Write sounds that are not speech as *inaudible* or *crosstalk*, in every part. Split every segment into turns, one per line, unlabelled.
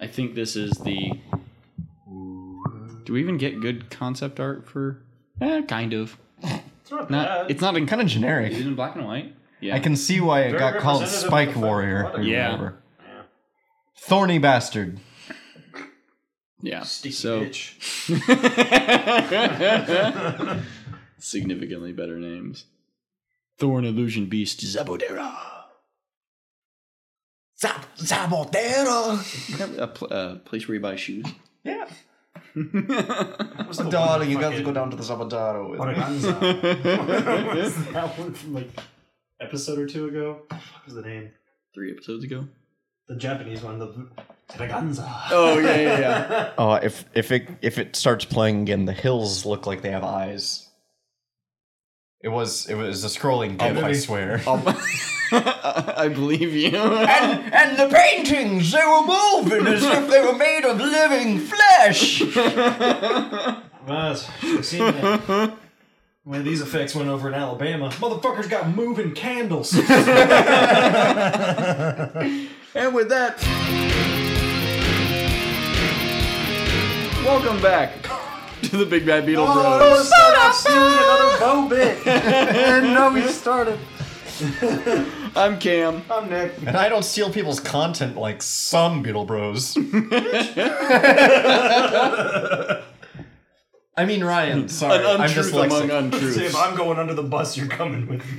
I think this is the. Do we even get good concept art for? Eh, kind of.
It's not,
Not.
bad.
It's
It's
not in
Kind of
Is it
generic.
in black and white? Yeah.
I can see why it
Very
got called
representative of
Spike
the fucking
Warrior.
product.
or
Yeah.
whatever. Thorny bastard.
Yeah.
sticky
so
bitch.
*laughs* significantly better names. Thorn Illusion Beast Zabodera.
Zab- Zabotera.
A, pl- a place where you buy shoes.
Yeah.
What's the
Darling,
one
you got to
fucking-
go down to the Sabadaro with
*laughs*
me.
Organza. What was that one from like episode or two ago? What the fuck was the name?
Three episodes ago. *laughs*
The Japanese one, the Terraganza.
Oh yeah, yeah, yeah.
*laughs*
Uh, if if it if it starts playing again, the hills look like they have eyes. It was it was a scrolling gif, I
maybe.
*laughs*
swear.
I believe you. *laughs*
And and the paintings they were moving as if they were made of living flesh.
Right, should've seen that. When these effects went over in Alabama, motherfuckers got moving candles.
*laughs* And with that, welcome back to the Big Bad
Oh!
Beetle Bros.
Stop stealing another bow bit. Didn't know we started.
I'm Cam.
*laughs* I'm Nick.
And I don't steal people's content like some
*laughs*
Beetle Bros. I mean Ryan, sorry,
An
I'm
untruth among
dyslexic.
See, if
untruths.
I'm going under the bus, you're coming with *laughs*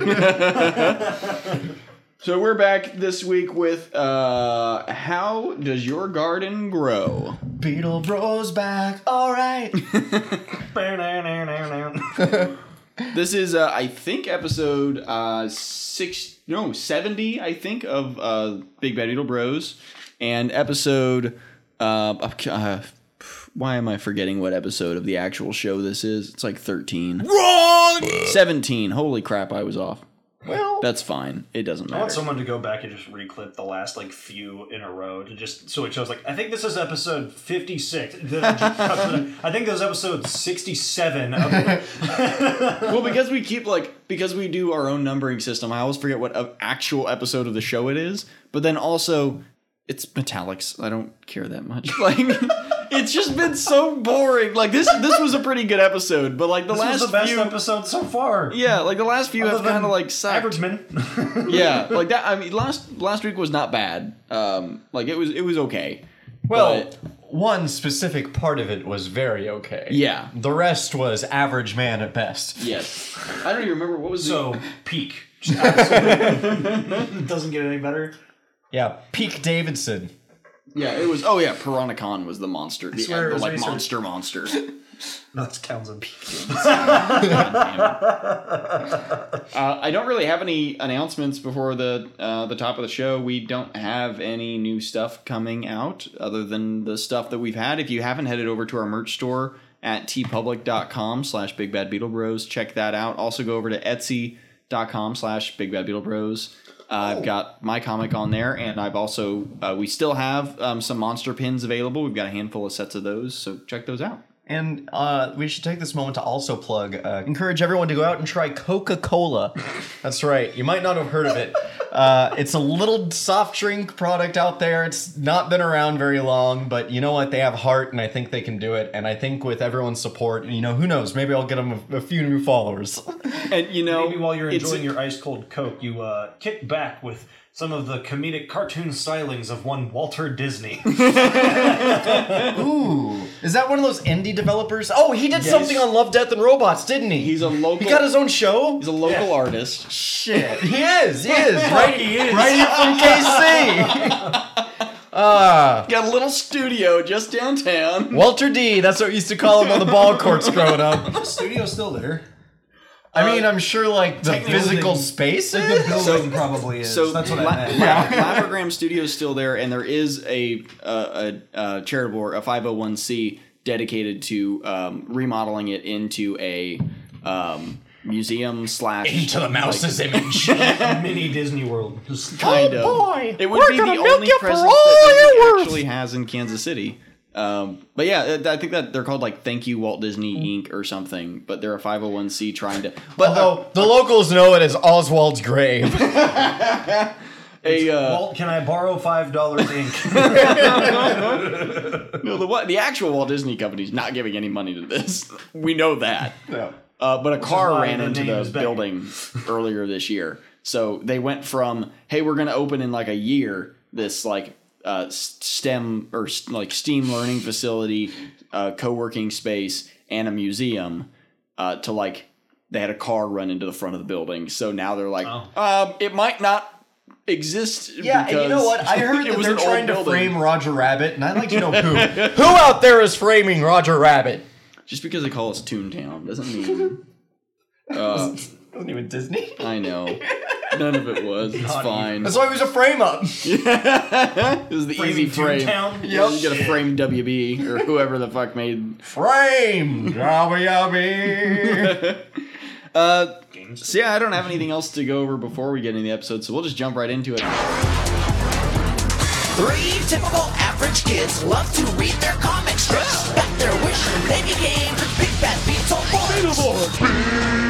me.
So we're back this week with uh, how does your garden grow?
Beetle Bros back,
*laughs*
all right.
This is uh, I think episode uh, six no seventy I think of uh, Big Bad Beetle Bros, and episode uh, up- uh, why am I forgetting what episode of the actual show this is? It's like thirteen. Wrong. Seventeen. Holy crap! I was off.
well,
That's fine. It doesn't
I want
matter.
someone to go back and just reclip the last like few in a row to just so it shows like I think this is episode fifty *laughs* six. I think this is episode sixty
*laughs*
seven. Of,
well, because we keep like because we do our own numbering system, I always forget what uh, actual episode of the show it is. But then also, it's metallics. I don't care that much. *laughs* Like, it's just been so boring. Like this this was a pretty good episode, but like the
this
last
is the best
few.
episode so far.
yeah, like the last few have
Other than
kind of like sucked. *laughs*
Averageman.
Yeah, like that. I mean, last last week was not bad. Um, like it was it was okay.
well,
but-
one specific part of it was very okay.
Yeah.
The rest was average man at best.
Yes, I don't even remember what was
so peak.
*laughs*
Just absolutely- Doesn't get any better.
Yeah, Peak Davidson.
The, yeah, it was. Oh yeah, Piranhacon was the monster. The,
swear it
the,
was
like
research.
monster monster.
No, it's Townsend Peak.
*laughs* Uh, I don't really have any announcements before the uh, the top of the show. We don't have any new stuff coming out other than the stuff that we've had. If you haven't headed over to our merch store at tpublic.com slash big bad beetle bros, check that out. Also go over to etsy.com slash big bad beetle bros. Uh,
Oh.
I've got my comic on there, and I've also uh, we still have um, some monster pins available. We've got a handful of sets of those, so check those out.
And uh, we should take this moment to also plug, uh, encourage everyone to go out and try
*laughs*
Coca Cola. That's right. You might not have heard of it. Uh, it's a little soft drink product out there. It's not been around very long, but you know what? They have heart, and I think they can do it. And I think with everyone's support, you know, who knows? Maybe I'll get them a, a few
*laughs*
new followers.
And you know,
Maybe while you're
it's-
enjoying your ice cold Coke, you uh, kick back with some of the comedic cartoon stylings of one Walter *laughs* Disney.
Ooh, is that one of those indie developers? Oh, he did something on Love, Death, and Robots, didn't he?
He's a local-
He got his own show.
he's a local artist.
Shit, he is. He is. *laughs* Right,
he is.
right here from KC. *laughs* Ah,
Got a little studio just *laughs* downtown.
Walter D. That's what we used to call him on the ball courts growing up.
the studio's still there.
I mean, I'm sure like the physical
building-
space. is-
building probably is.
So La-
meant.
La- Labragram Studio is still there, and there is a uh, a, uh charitable or a 501c dedicated to um, remodeling it into a um, museum slash
the mouse's image. *laughs*
mini Disney World. Just
kind
Oh,
of.
boy.
It would
We're
be
gonna
the
milk
only
you for
presence
all
that Disney
you're worth.
actually has in Kansas City. Um, but yeah, it- I think that they're called like Thank You Walt Disney
Mm.
Inc. or something. But they're a 501c trying to. But uh,
Although the locals know it as Oswald's grave.
a uh,
Walt, can I borrow
*laughs*
five dollars ink?
no, the what the actual Walt Disney Company's not giving any money to this. *laughs* We know that.
No.
Uh, but a car
why
ran
the
into
name is
the
Beckett.
*laughs*
building earlier this year. So they went from, hey, we're going to open in like a year this like uh, s- STEM or s- like STEAM learning facility, uh, co working space, and a museum uh, to like they had a car run into the front of the building. So now they're like, um, it might not exist.
Yeah, and you know
because
what? I
*laughs*
heard
it
that
was
they're
an old
trying to
building."
frame Roger Rabbit, and I'd like to know who. *laughs* who out there is framing Roger Rabbit?
Just because they call us Toontown doesn't
*laughs*
mean. Uh,
Wasn't even Disney.
I know. None of it was. It's
Not
fine.
That's why it was a frame up.
it was the easy
Framing
frame.
Toontown?
Yeah,
Yep.
You gotta frame WB or whoever the fuck made.
Frame! Yabby *laughs* yabby!
Games.
So yeah, I don't have anything else to go over before we get into the episode, so we'll just jump right into it.
Three typical average kids love to read their comic strips. Back their wish and they became big bad Beetleborgs.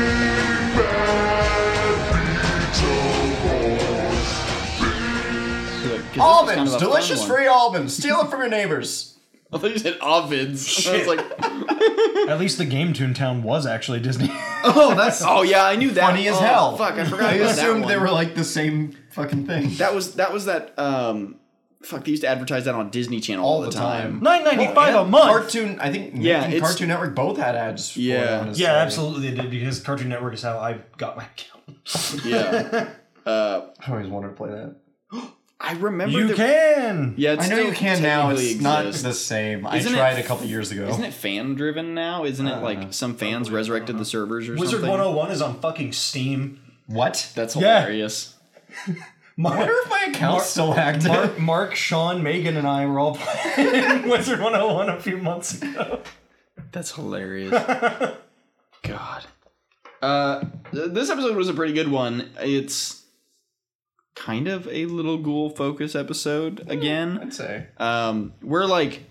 Almonds! Delicious free almonds! Steal it from your neighbors!
I thought you said Ovids. I was like,
At least the game Toontown was
*laughs*
actually Disney.
*laughs*
*laughs*
Oh, that's
oh yeah, I knew that.
funny as
Oh,
hell.
Fuck, I forgot.
I
about
assumed
that
they
one.
were like the same fucking thing.
That was that was that. Um, fuck, they used to advertise that on Disney Channel all, the time.
Nine ninety five
Well,
a
and
month.
Cartoon, I think.
Yeah,
Yeah, and
it's-
Cartoon Network both had ads. For
Yeah.
it, honestly.
yeah, absolutely they did because Cartoon Network is how I got my account.
Yeah,
I always wanted to play that.
I remember.
You
there-
can.
Yeah, it's
I know
still
you can now. It's
technically
not
exists.
the same.
Isn't it
I tried
f-
a couple years ago.
Isn't it fan driven now? Isn't it like some fans resurrected the servers or
Wizard
something?
one hundred and one is on fucking Steam.
what?
That's
Yeah.
hilarious.
I wonder if my account's still active.
Mark, Mark, Sean, Megan, and I were all *laughs* playing Wizard 101 a few months ago.
That's hilarious. God. Uh, th- this episode was a pretty good one. It's kind of a little ghoul focus episode again.
*laughs* I'd say.
Um, we're like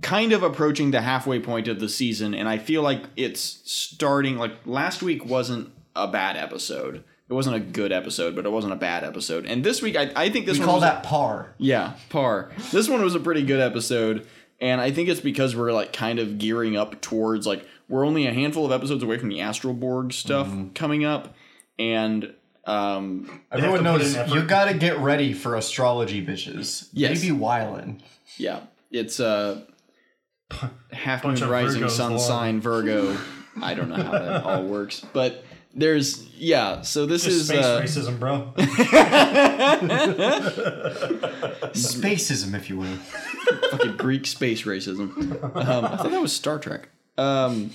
kind of approaching the halfway point of the season, and I feel like it's starting. Like last week wasn't a bad episode. It wasn't a good episode, but it wasn't a bad episode. And this week, I, I think this
We
one
call
was a-
that par.
Yeah, par. This one was a pretty good episode, and I think it's because we're like kind of gearing up towards like we're only a handful of episodes away from the Astral Borg stuff
Mm-hmm.
coming up, and um,
Everyone
have to put
knows
in effort.
you gotta get ready for astrology bitches.
Yes.
Maybe Wylan.
yeah, it's a half moon
of
rising
Virgos
sun
along.
sign Virgo. I don't know how that all works, but there's yeah. So this is
Just space
uh, *laughs*
racism, bro.
Spacism, if you will.
fucking Greek space racism. Um, I thought that was Star Trek. Um,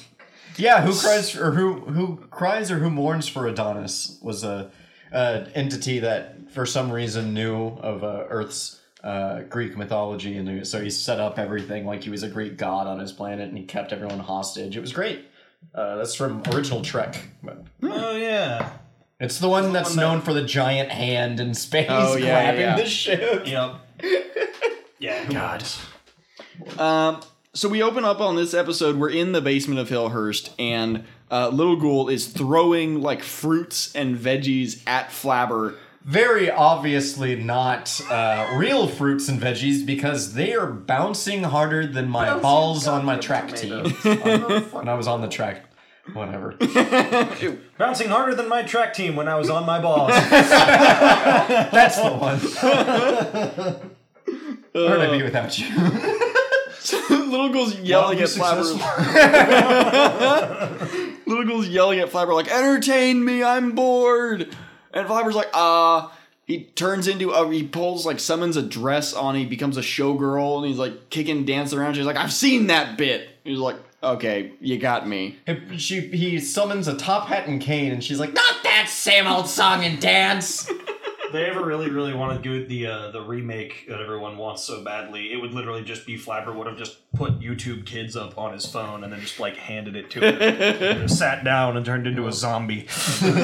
Yeah, who cries or who who cries or who mourns for Adonis was a uh, entity that for some reason knew of uh, Earth's uh, Greek mythology, and so he set up everything like he was a Greek god on his planet, and he kept everyone hostage. It was great. Uh, that's from original Trek. but
oh, yeah.
It's the one that's known for the giant hand in space
Oh, yeah,
*laughs* grabbing
yeah.
the ship.
Yep.
*laughs*
Yeah. God.
Um, so we open up on this episode. We're in the basement of Hillhurst, and uh, Little Ghoul is throwing like fruits and veggies at Flabber. *laughs*
Very obviously not uh, real fruits and veggies because they are bouncing harder than my balls on my track team. when I was on the track. *laughs* Whatever.
Bouncing harder than my track team when I was on my
*laughs*
balls.
That's the one. *laughs* Where'd I be without you? *laughs*
Little Ghoul's yelling at Flabber. *laughs* Little Ghoul's yelling at Flabber like, "Entertain me! I'm bored." And Flabber's like, "Ah." he turns into a he pulls like summons a dress on. He becomes a showgirl, and he's like kicking, dancing around. She's like, "I've seen that bit." He's like, "Okay, you got me."
He- she, he summons a top hat and cane, and she's like, "Not that same old song and dance."
they ever really, really want to do the uh, the remake that everyone wants so badly, it would literally just be Flabber would have just put YouTube Kids up on his phone and then just like handed it to her. And *laughs* it sat down and turned into a zombie.
Zombie.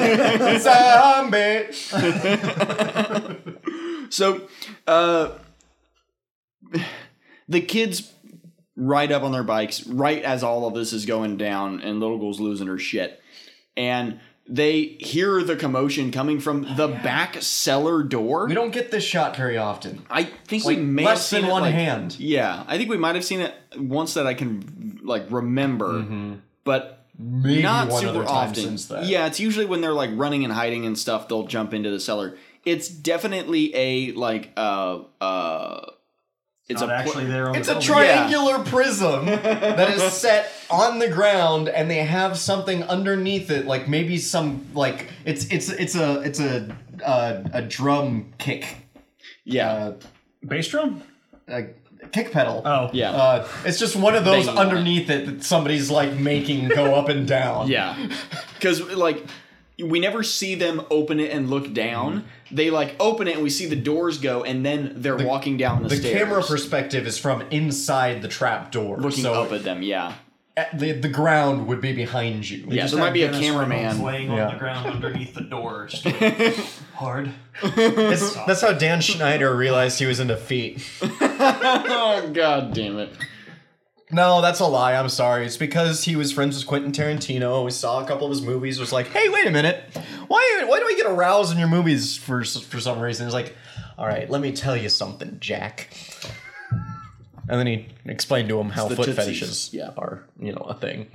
So, uh, the kids ride up on their bikes right as all of this is going down, and Little Girl's losing her shit. And they hear the commotion coming from the back cellar door.
Oh, We don't get this shot very often.
I think
Like,
we may
less
have seen
than
it,
one
like-
hand.
Yeah, I think we might have seen it once that I can like remember,
Mm-hmm.
but
Maybe
not
one
super
other time
often.
since that.
Yeah, it's usually when they're like running and hiding and stuff. They'll jump into the cellar. It's definitely a like uh uh. It's
Not
a pl-
actually there on
Oh,
It's
the
a
building.
triangular
*laughs*
prism that is set on the ground, and they have something underneath it, like maybe some like it's it's it's a it's a uh, a drum kick,
yeah
uh,
bass drum.
a kick pedal.
Oh
yeah
Uh, it's just one of those
Banging on it.
underneath it that somebody's like
*laughs*
making go up and down.
Yeah. Because, like, we never see them open it and look down. They, like, open it and we see the doors go, and then they're walking down the,
The
stairs.
camera perspective is from inside the trap door.
looking
so
up at them, yeah.
at the, the ground would be behind you.
Yeah,
Just
there might
have
be a
Dennis Riddle
cameraman.
laying
Yeah.
on the ground underneath the door, just going, hard.
That's, that's how Dan Schneider realized he was in defeat.
*laughs* oh, god damn it.
No, that's a lie. I'm sorry. It's because he was friends with Quentin Tarantino. We saw a couple of his movies. Was like, hey, wait a minute. Why why do I get aroused in your movies for s- for some reason? He's like, all right, let me tell you something, Jack. And then he explained to him how
the
foot
tootsies.
fetishes
Yeah.
are, you know, a thing.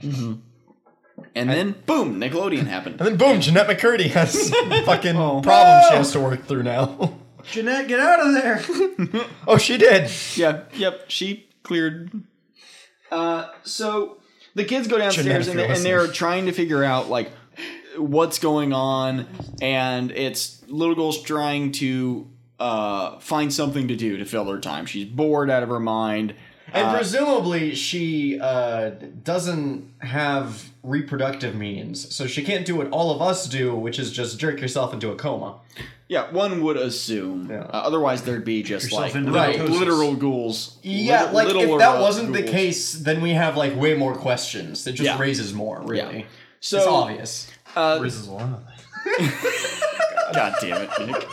And then, boom, Nickelodeon happened.
*laughs* And then boom, Jeanette McCurdy
*laughs*
has fucking
Oh.
problems she has to work through now. *laughs*
Jeanette, get out of there!
oh, she did.
yeah, yep, she cleared. Uh, so the kids go downstairs and, they, and they're
Genetic
trying to figure out like what's going on, and it's Little Girl's trying to uh, find something to do to fill her time. She's bored out of her mind.
And presumably she uh, doesn't have reproductive means, so she can't do what all of us do, which is just jerk yourself into a coma.
Yeah, one would assume.
Yeah.
Uh, otherwise, there'd be just
Yourself
like
into
right,
mitosis.
literal ghouls.
Yeah,
Lit-
like if
littler,
that
uh,
wasn't the
ghouls.
case, then we have like way more questions. It just
Yeah.
raises more, really.
Yeah.
It's
So,
obvious.
uh,
Riz is one of them.
*laughs* God damn it, Nick.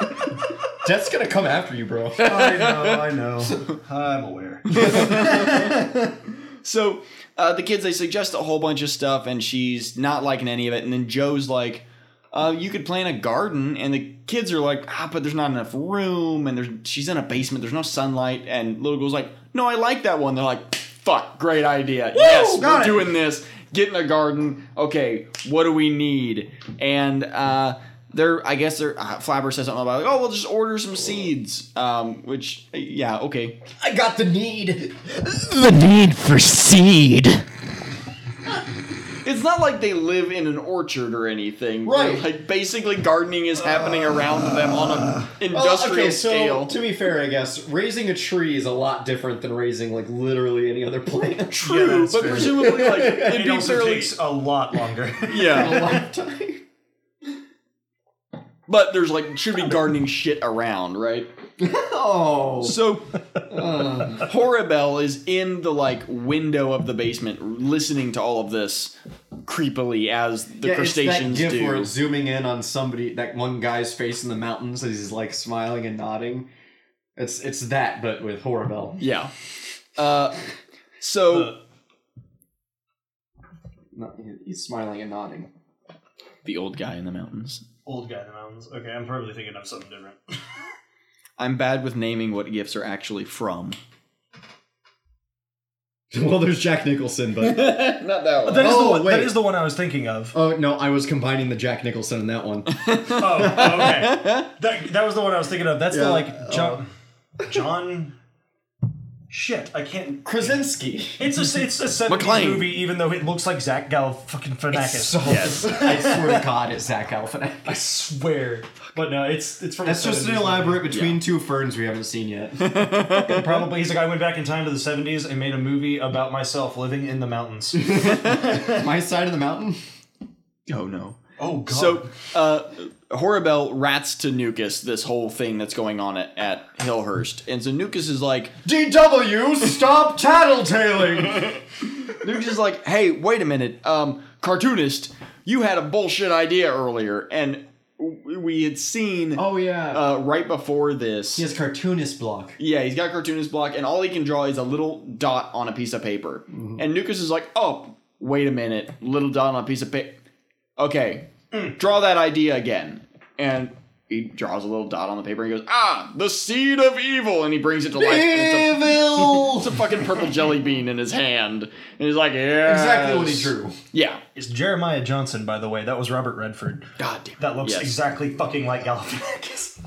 Death's gonna come after you, bro.
I know, I know. I'm aware.
So uh, the kids they suggest a whole bunch of stuff, and she's not liking any of it. And then Joe's like, uh, "You could plant a garden," and the kids are like, "Ah, but there's not enough room, and there's she's in a basement. There's no sunlight." And little girl's like, "No, I like that one." They're like, "Fuck, great idea! yes, we're
got it."
doing this. Getting a garden. Okay, what do we need?" And uh, they're, I guess they're uh, Flabber says something about like, "Oh, we'll just order some seeds," um, which yeah, okay,
*laughs* I got the need.
It's not like they live in an orchard or anything. where,
Right.
Like basically gardening is happening around them on an
Well,
industrial
okay, so
scale.
to be fair, I guess raising a tree is a lot different than raising like literally any other *laughs* plant.
True,
Yeah, that's
but
fair.
presumably *laughs* like it'd
It
be
also
fairly
takes a lot longer.
*laughs* Yeah.
lifetime. *laughs*
But there's like should be gardening shit around, right?
Oh.
So Horabelle is in the like window of the basement listening to all of this creepily as the
Yeah, it's
crustaceans
that gif
do.
where it's zooming in on somebody, that one guy's face in the mountains, and he's like smiling and nodding. It's it's that, but with Horrible.
yeah. Uh so
Not- he- He's smiling and nodding.
the old guy in the mountains.
Old guy in the mountains. Okay, I'm probably thinking of something different.
I'm bad with naming what gifts are actually from.
*laughs* well, there's Jack Nicholson, but
*laughs*
*laughs*
Not that one.
That is
Oh,
the one. That
wait.
is the one I was thinking of.
oh no, I was combining the Jack Nicholson in that one.
Oh,
*laughs*
okay. That, that was the one I was thinking of. That's
Yeah. Oh.
the like John. John. Shit, I can't.
*laughs* Krasinski.
It's a it's a 70s
McClane.
movie, even though it looks like Zach Galif fucking
So,
Fanakis.
*laughs* I swear to God, it's Zach *laughs* Galifianakis.
I swear, but no, it's it's from.
That's
the
just an
70s movie.
elaborate between two ferns we haven't
*laughs*
seen yet.
Probably he's like I went back in time to the '70s and made a movie about myself living in the
*laughs*
mountains.
My side of the mountain.
Oh no.
oh god.
So, uh, Horabel rats to Nukas this whole thing that's going on at, at Hillhurst, and so Nukas is like,
DW,
*laughs*
stop tattletaling.
Nukas is like, hey, wait a minute, um, cartoonist, you had a bullshit idea earlier, and w- we had seen
oh yeah.
uh, right before this.
he has cartoonist block.
Yeah, he's got cartoonist block, and all he can draw is a little dot on a piece of
Mm-hmm.
paper. And Nukas is like, oh, wait a minute, little dot on a piece of paper. Okay,
Mm.
Draw that idea again. And he draws a little dot on the paper and he goes, Ah, the seed of evil. And he brings it to life. and it's a- *laughs*
Evil.
it's a fucking purple jelly bean in his hand. And he's like, yeah.
exactly what he drew.
Yeah.
It's Jeremiah Johnson, by the way. That was Robert Redford.
God damn it.
That looks
Yes.
exactly fucking like
*laughs*
Galifianakis.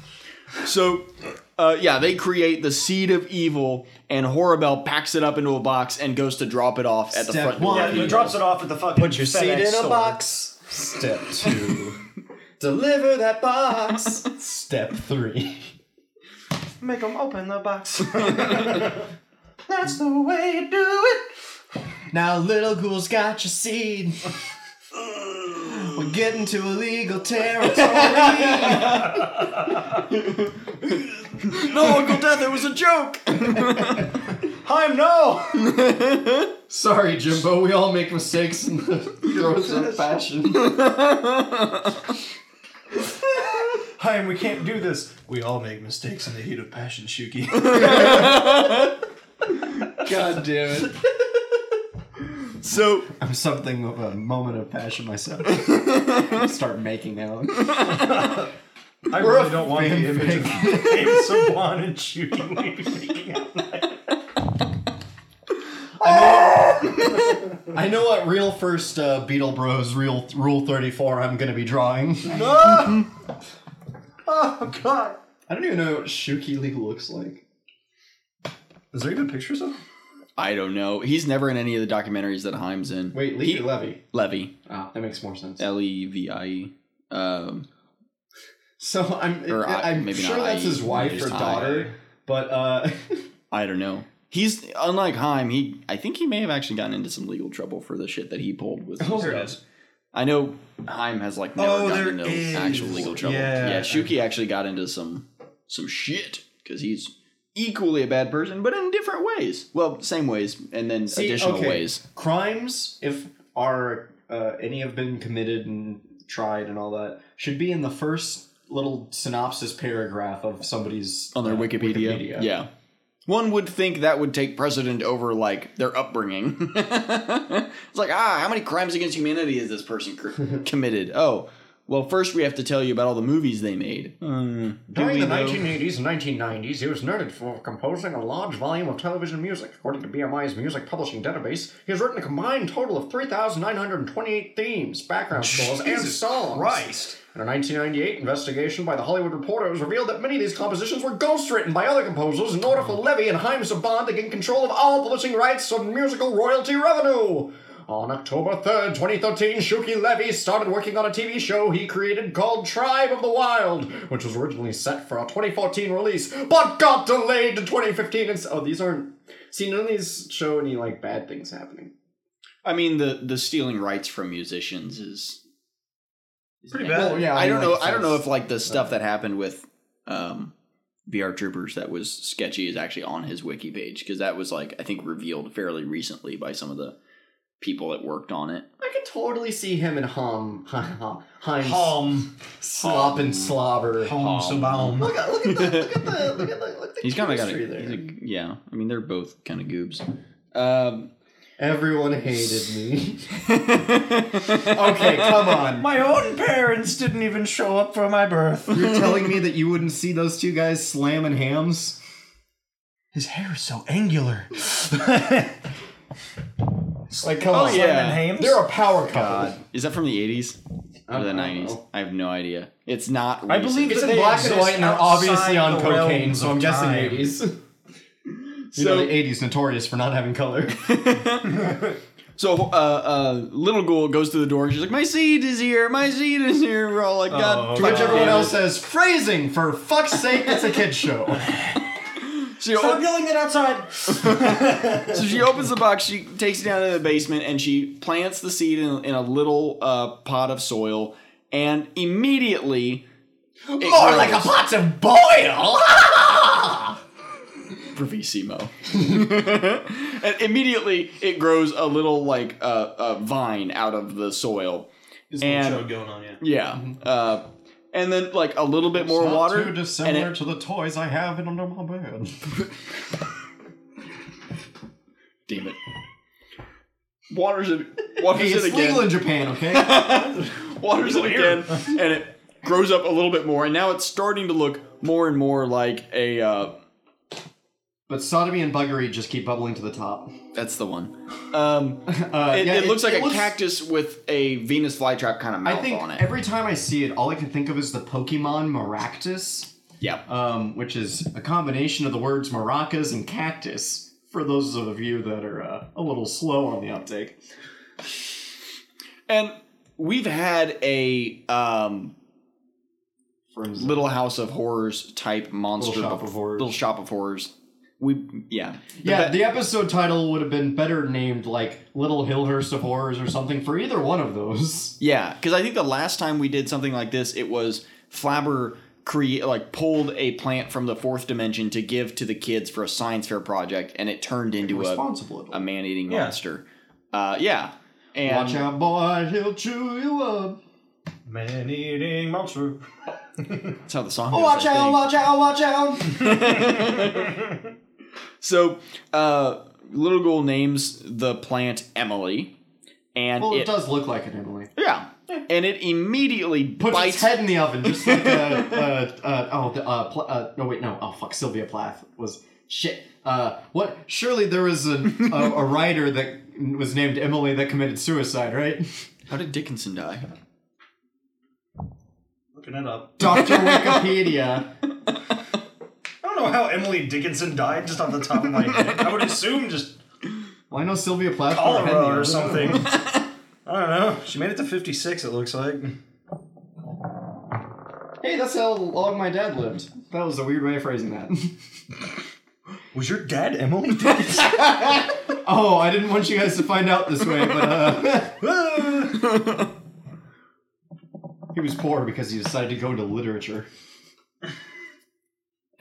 So, uh, yeah, they create the seed of evil, and Horabel packs it up into a box and goes to drop it off at the
Step
front
one.
door.
Yeah, he drops it off at the fucking.
Put your seed
FedEx
in a
store.
box. Step two. Deliver that box. Step three.
Make them open the
*laughs*
box. That's the way you do it.
Now little ghoul's got your seed. We're getting to illegal *laughs* territory.
No, Uncle Death, it was a joke.
Heim, no.
Sorry, Jimbo. We all make mistakes in the
*laughs*
throes of fashion.
Heim, we can't do this. We all make mistakes in the heat of passion, Shuki.
*laughs* God damn it.
So,
I'm *laughs* something of a moment of passion *laughs* myself. Start making out.
I
We're
really
a
don't want the *laughs*
fanfic.
image of James Saban and
*laughs*
Shuki.
I know what real first uh, Beetle Bros real rule 34 I'm gonna be drawing.
Ah! oh God.
I don't even know what Shuki League looks like.
Is there even pictures of? him?
I don't know. He's never in any of the documentaries that Heim's in.
Wait, League
He-
or Levy?
Levy.
Oh, that makes more sense.
L E V I E. Um,
So I'm
Or I-
I'm
maybe
sure
not
that's
IE,
his wife
maybe
or
just
daughter, but uh *laughs*
I don't know. He's unlike Heim. He, I think he may have actually gotten into some legal trouble for the shit that he pulled with. his
Oh, There it
stuff.
is.
I know Heim has like never
Oh, there
gotten into
is.
actual legal trouble.
Yeah.
Yeah, Shuki actually got into some some shit because he's equally a bad person, but in different ways. Well, same ways, and then
See,
additional
okay,
ways.
Crimes, if are uh, any have been committed and tried and all that, should be in the first little synopsis paragraph of somebody's
On their
uh,
Wikipedia. yeah. One would think that would take precedent over like their upbringing. *laughs* it's like, ah, how many crimes against humanity has this person *laughs* cr- committed? Oh, well, first we have to tell you about all the movies they made. Hmm.
During
we
the
know-
1980s and 1990s, he was noted for composing a large volume of television music. According to BMI's music publishing database, he has written a combined total of 3,928 themes,
*laughs*
background scores, and songs.
Christ.
In a 1998 investigation by The Hollywood Reporter, it was revealed that many of these compositions were ghostwritten by other composers in order for Levy and Haim Saban to gain control of all publishing rights and musical royalty revenue. On October 3rd, 2013, Shuki Levy started working on a TV show he created called Tribe of the Wild, which was originally set for a 2014 release, but got delayed to 2015. And s- oh, these aren't. See, none of these show any like bad things happening.
I mean, the the stealing rights from musicians is
Pretty bad.
Well, yeah,
I don't
mean,
know.
like,
I don't know
it's-
if like the stuff that happened with um, VR Troopers that was sketchy is actually on his wiki page because that was like I think revealed fairly recently by some of the people that worked on it.
I could totally see him and *laughs* Hum, Hum, Hum,
Home.
slop and slobber.
Home. Saban.
Look at look at the look at the look at the, look at the
He's kind of got
chemistry
a, he's a yeah. I mean, they're both kind of goobs. Um, *laughs*
Everyone hated me. okay, come on.
My own parents didn't even show up for my birth.
*laughs* You're telling me that you wouldn't see those two guys slamming hams?
His hair is so *laughs* angular.
It's like, come
Oh,
on.
yeah.
They're a power couple.
is that from the eighties or the
don't
nineties?
know.
I have no idea. It's not.
I believe
racist.
It's
that
in
they
black and
exist
white, and they're
outside
obviously on
the
cocaine,
realms
so
of
I'm guessing
time.
80s.
So-
You know, the 80s notorious for not having color.
So uh, uh, little ghoul goes to the door. and She's like, "My seed is here. My seed is here." We're all like, "God."
Oh,
fuck
Which
you,
everyone
damn
else
it."
says, phrasing, for fuck's sake, it's a kid's show.
She
Stop yelling that outside.
So she opens the box, she takes it down to the basement, and she plants the seed in, in a little uh, pot of soil, and immediately. More
Oh, pot to boil!
bravissimo. *laughs* and immediately it grows a little like uh, uh, vine out of the soil. And-
show going on, yeah.
Yeah. Uh, and then like a little bit more
Mm-hmm. Not
water.
Too
and
dissimilar
it-
to the toys I have in under my bed.
damn it. Waters it. Waters
Hey,
it
it's
again.
*laughs* legal in Japan, okay?
waters it again,
*laughs*
and it grows up a little bit more, and now it's starting to look more and more like a. Uh,
But sodomy and buggery just keep bubbling to the top.
that's the one. Um,
Uh,
it,
yeah,
it looks like a
looks-
cactus with a Venus flytrap kind of
I
mouth
think
on it.
every time I see it, all I can think of is the Pokemon Maractus,
yeah.
um, which is a combination of the words maracas and cactus. For those of you that are uh, a little slow on the uptake,
and we've had a um,
Friends-
Little House of Horrors type monster.
Shop
bef-
of Horrors.
Little Shop of Horrors. We yeah.
yeah,
But-
the episode title would have been better named like Little Hillhurst of Horrors or something for either one of those.
Yeah, because I think the last time we did something like this, it was Flabber create like pulled a plant from the fourth dimension to give to the kids for a science fair project, and it turned into a,
Responsible.
a
adult.
man eating monster. Uh, yeah, and
Watch out, boy, he'll chew you up.
Man eating monster.
that's how the song. goes,
Oh, Watch
I
out,
think.
watch out, watch out.
So, uh, little girl names the plant Emily, and
Well, it,
it,
does look like an Emily.
yeah, and it immediately
Puts
bites
its head in the oven, just like uh, uh, uh, oh, the, uh, Pla- uh, no, wait, no, oh fuck, Sylvia Plath was shit. Uh, what? Surely there was a, a, a writer that was named Emily that committed suicide, right?
How did Dickinson die?
Looking it up.
Doctor Wikipedia.
I don't know how Emily Dickinson died just off the top of my head. I would assume just
Well, I know Sylvia Plath. had the
cholera
other
or something.
one.
I don't know. She made it to 56, it looks like.
Hey, that's how long my dad lived. That was a weird way of phrasing that.
Was your dad Emily
oh, I didn't want you guys to find out this way, but uh, *laughs*
Dickinson?
he was poor because he decided to go into literature.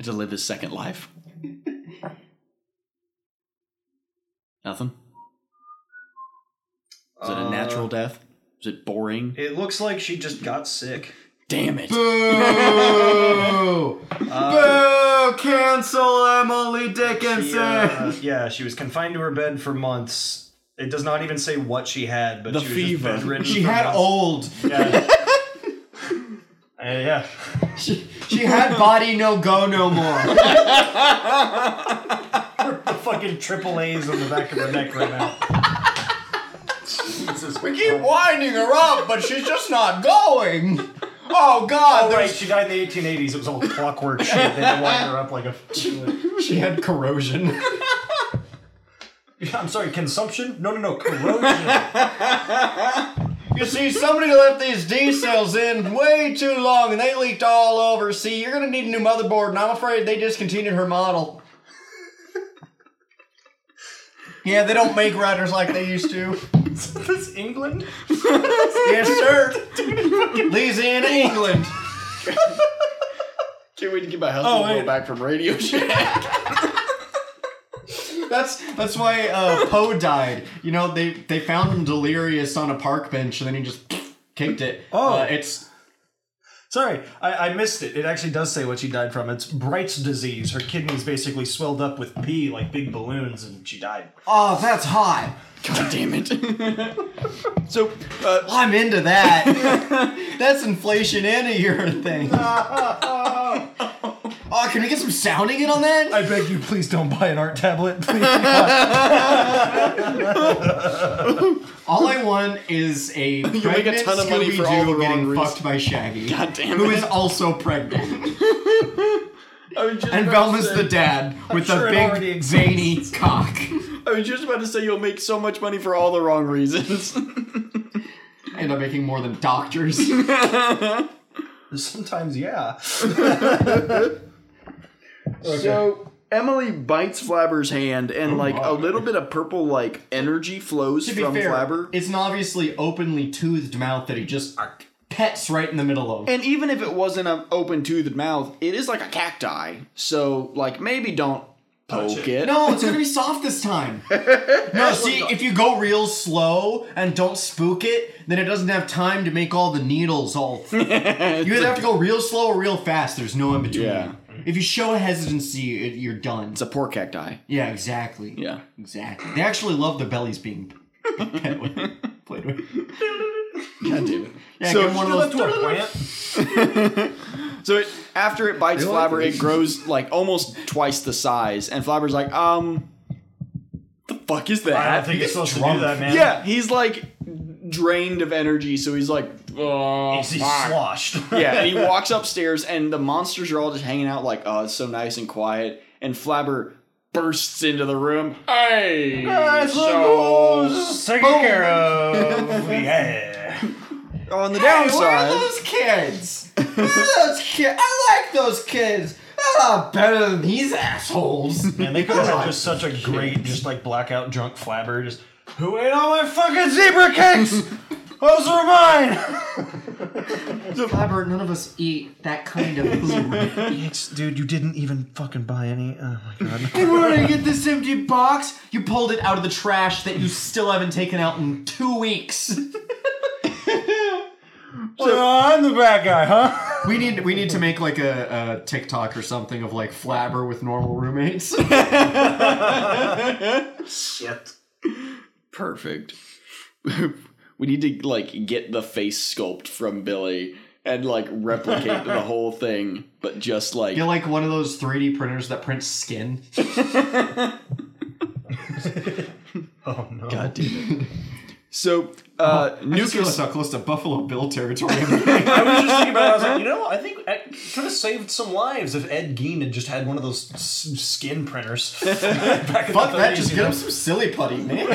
To live his second life. *laughs* Nothing. Is it a natural death? Is Uh, it boring?
It looks like she just got sick.
Damn it!
Boo! Boo! Cancel Emily Dickinson!
She, uh, yeah, she was confined to her bed for months. It does not even say what she had, but
The
she was
fever.
Just bedridden
she
for
had
months.
old.
Yeah. *laughs* Uh, yeah.
She, she had body no go no more.
The fucking triple A's on the back of her neck right now.
We *laughs* keep winding her up, but she's just not going. Oh God!
All right, she died in the 1880s. It was all clockwork shit. They had to wind her up like a. *laughs*
she had corrosion.
I'm sorry, consumption? No, no, no, corrosion. *laughs*
You see, somebody left these D cells in way too long, and they leaked all over. See, you're gonna need a new motherboard, and I'm afraid they discontinued her model. Yeah, they don't make routers like they used to.
this England?
Yes, sir. Louisiana, England.
*laughs* Can't wait to get my husband
Oh,
to
wait.
go back from *laughs* Radio Shack.
That's that's why uh, Poe died. You know, they they found him delirious on a park bench, and then he just kicked it.
Oh.
Uh, it's
Sorry, I, I missed it. It actually does say what she died from. It's Bright's disease. Her kidneys basically swelled up with pee like big balloons, and she died.
oh, that's hot.
God damn it! *laughs* so, uh,
I'm
*laughs*
into that. that's inflation and a year thing. oh, can we get some sounding in on that?
I beg you, please don't buy an art tablet.
All I want is
*laughs*
a pregnant
make a ton of money
Scooby-Doo
for all the wrong
getting
reasons.
fucked by Shaggy,
God damn
who
it.
is also pregnant,
I was just
and
about to
Velma's
say-
the dad with
sure it
a
already
big
exists.
zany *laughs* cock.
I was just about to say you'll make so much money for all the wrong reasons. *laughs*
End up making more than
*laughs*
doctors.
*laughs*
*laughs*
Sometimes, yeah.
So Emily bites Flabber's hand, and like a little bit of purple like energy flows
Oh to be
from
fair,
Flabber.
it's an obviously openly toothed mouth that he just pets right in the middle of.
and even if it wasn't an open toothed mouth, it is like a cacti. So like maybe don't poke it.
No, it's gonna be soft this
*laughs*
time. No, see, if you go real slow and don't spook it, then it doesn't have time to make all the needles
*laughs*
all. you either have to go real slow or real fast. There's no in between.
Yeah.
If you show hesitancy, it, you're done.
it's a poor cacti.
yeah, exactly.
Yeah.
exactly. They actually love the bellies being pet with, played with.
God *laughs* damn it.
Yeah,
So-
give him one of
to a
those.
plant.
So it after it bites
They like
Flabber,
*laughs*
these.
it grows like almost twice the size, and Flabber's like, um, the fuck is that?
I don't think it's supposed to do that, man.
yeah, he's like drained of energy, so he's like, oh,
He's, he's
fuck."
sloshed. *laughs*
yeah, and he walks upstairs, and the monsters are all just hanging out, like, oh, it's so nice and quiet. And Flabber bursts into the room. Hey, so
Taken care *laughs* of. Yeah.
on the
Where are
downside,
those kids? Where are those kids? I like those kids. They're not better than these assholes.
And they could have had just such a great, just like blackout drunk flabber. Just who ate all my fucking zebra cakes? *laughs* Those were mine.
Flabber, none of us eat that kind of food.
*laughs* Dude, you didn't even fucking buy any. Oh my god. *laughs*
Where did you get this empty box? You pulled it out of the trash that you still haven't taken out in two weeks.
So I'm the bad guy, huh?
We need we need to make like a, a TikTok or something of like Flabber with normal roommates. *laughs*
Shit.
perfect. *laughs* we need to like get the face sculpt from Billy and like replicate *laughs* the whole thing, but just like
You're like one of those 3D printers that prints skin.
Oh no.
God damn it. *laughs* So uh, Nuke is
how close to Buffalo
*laughs*
Bill territory.
I was just thinking about it. I was like, you know, I think I could have saved some lives if Ed Gein had just had one of those s- skin printers. *laughs* Back in
Fuck
the
that,
30s,
just
you
get
know?
him some silly putty, *laughs* man.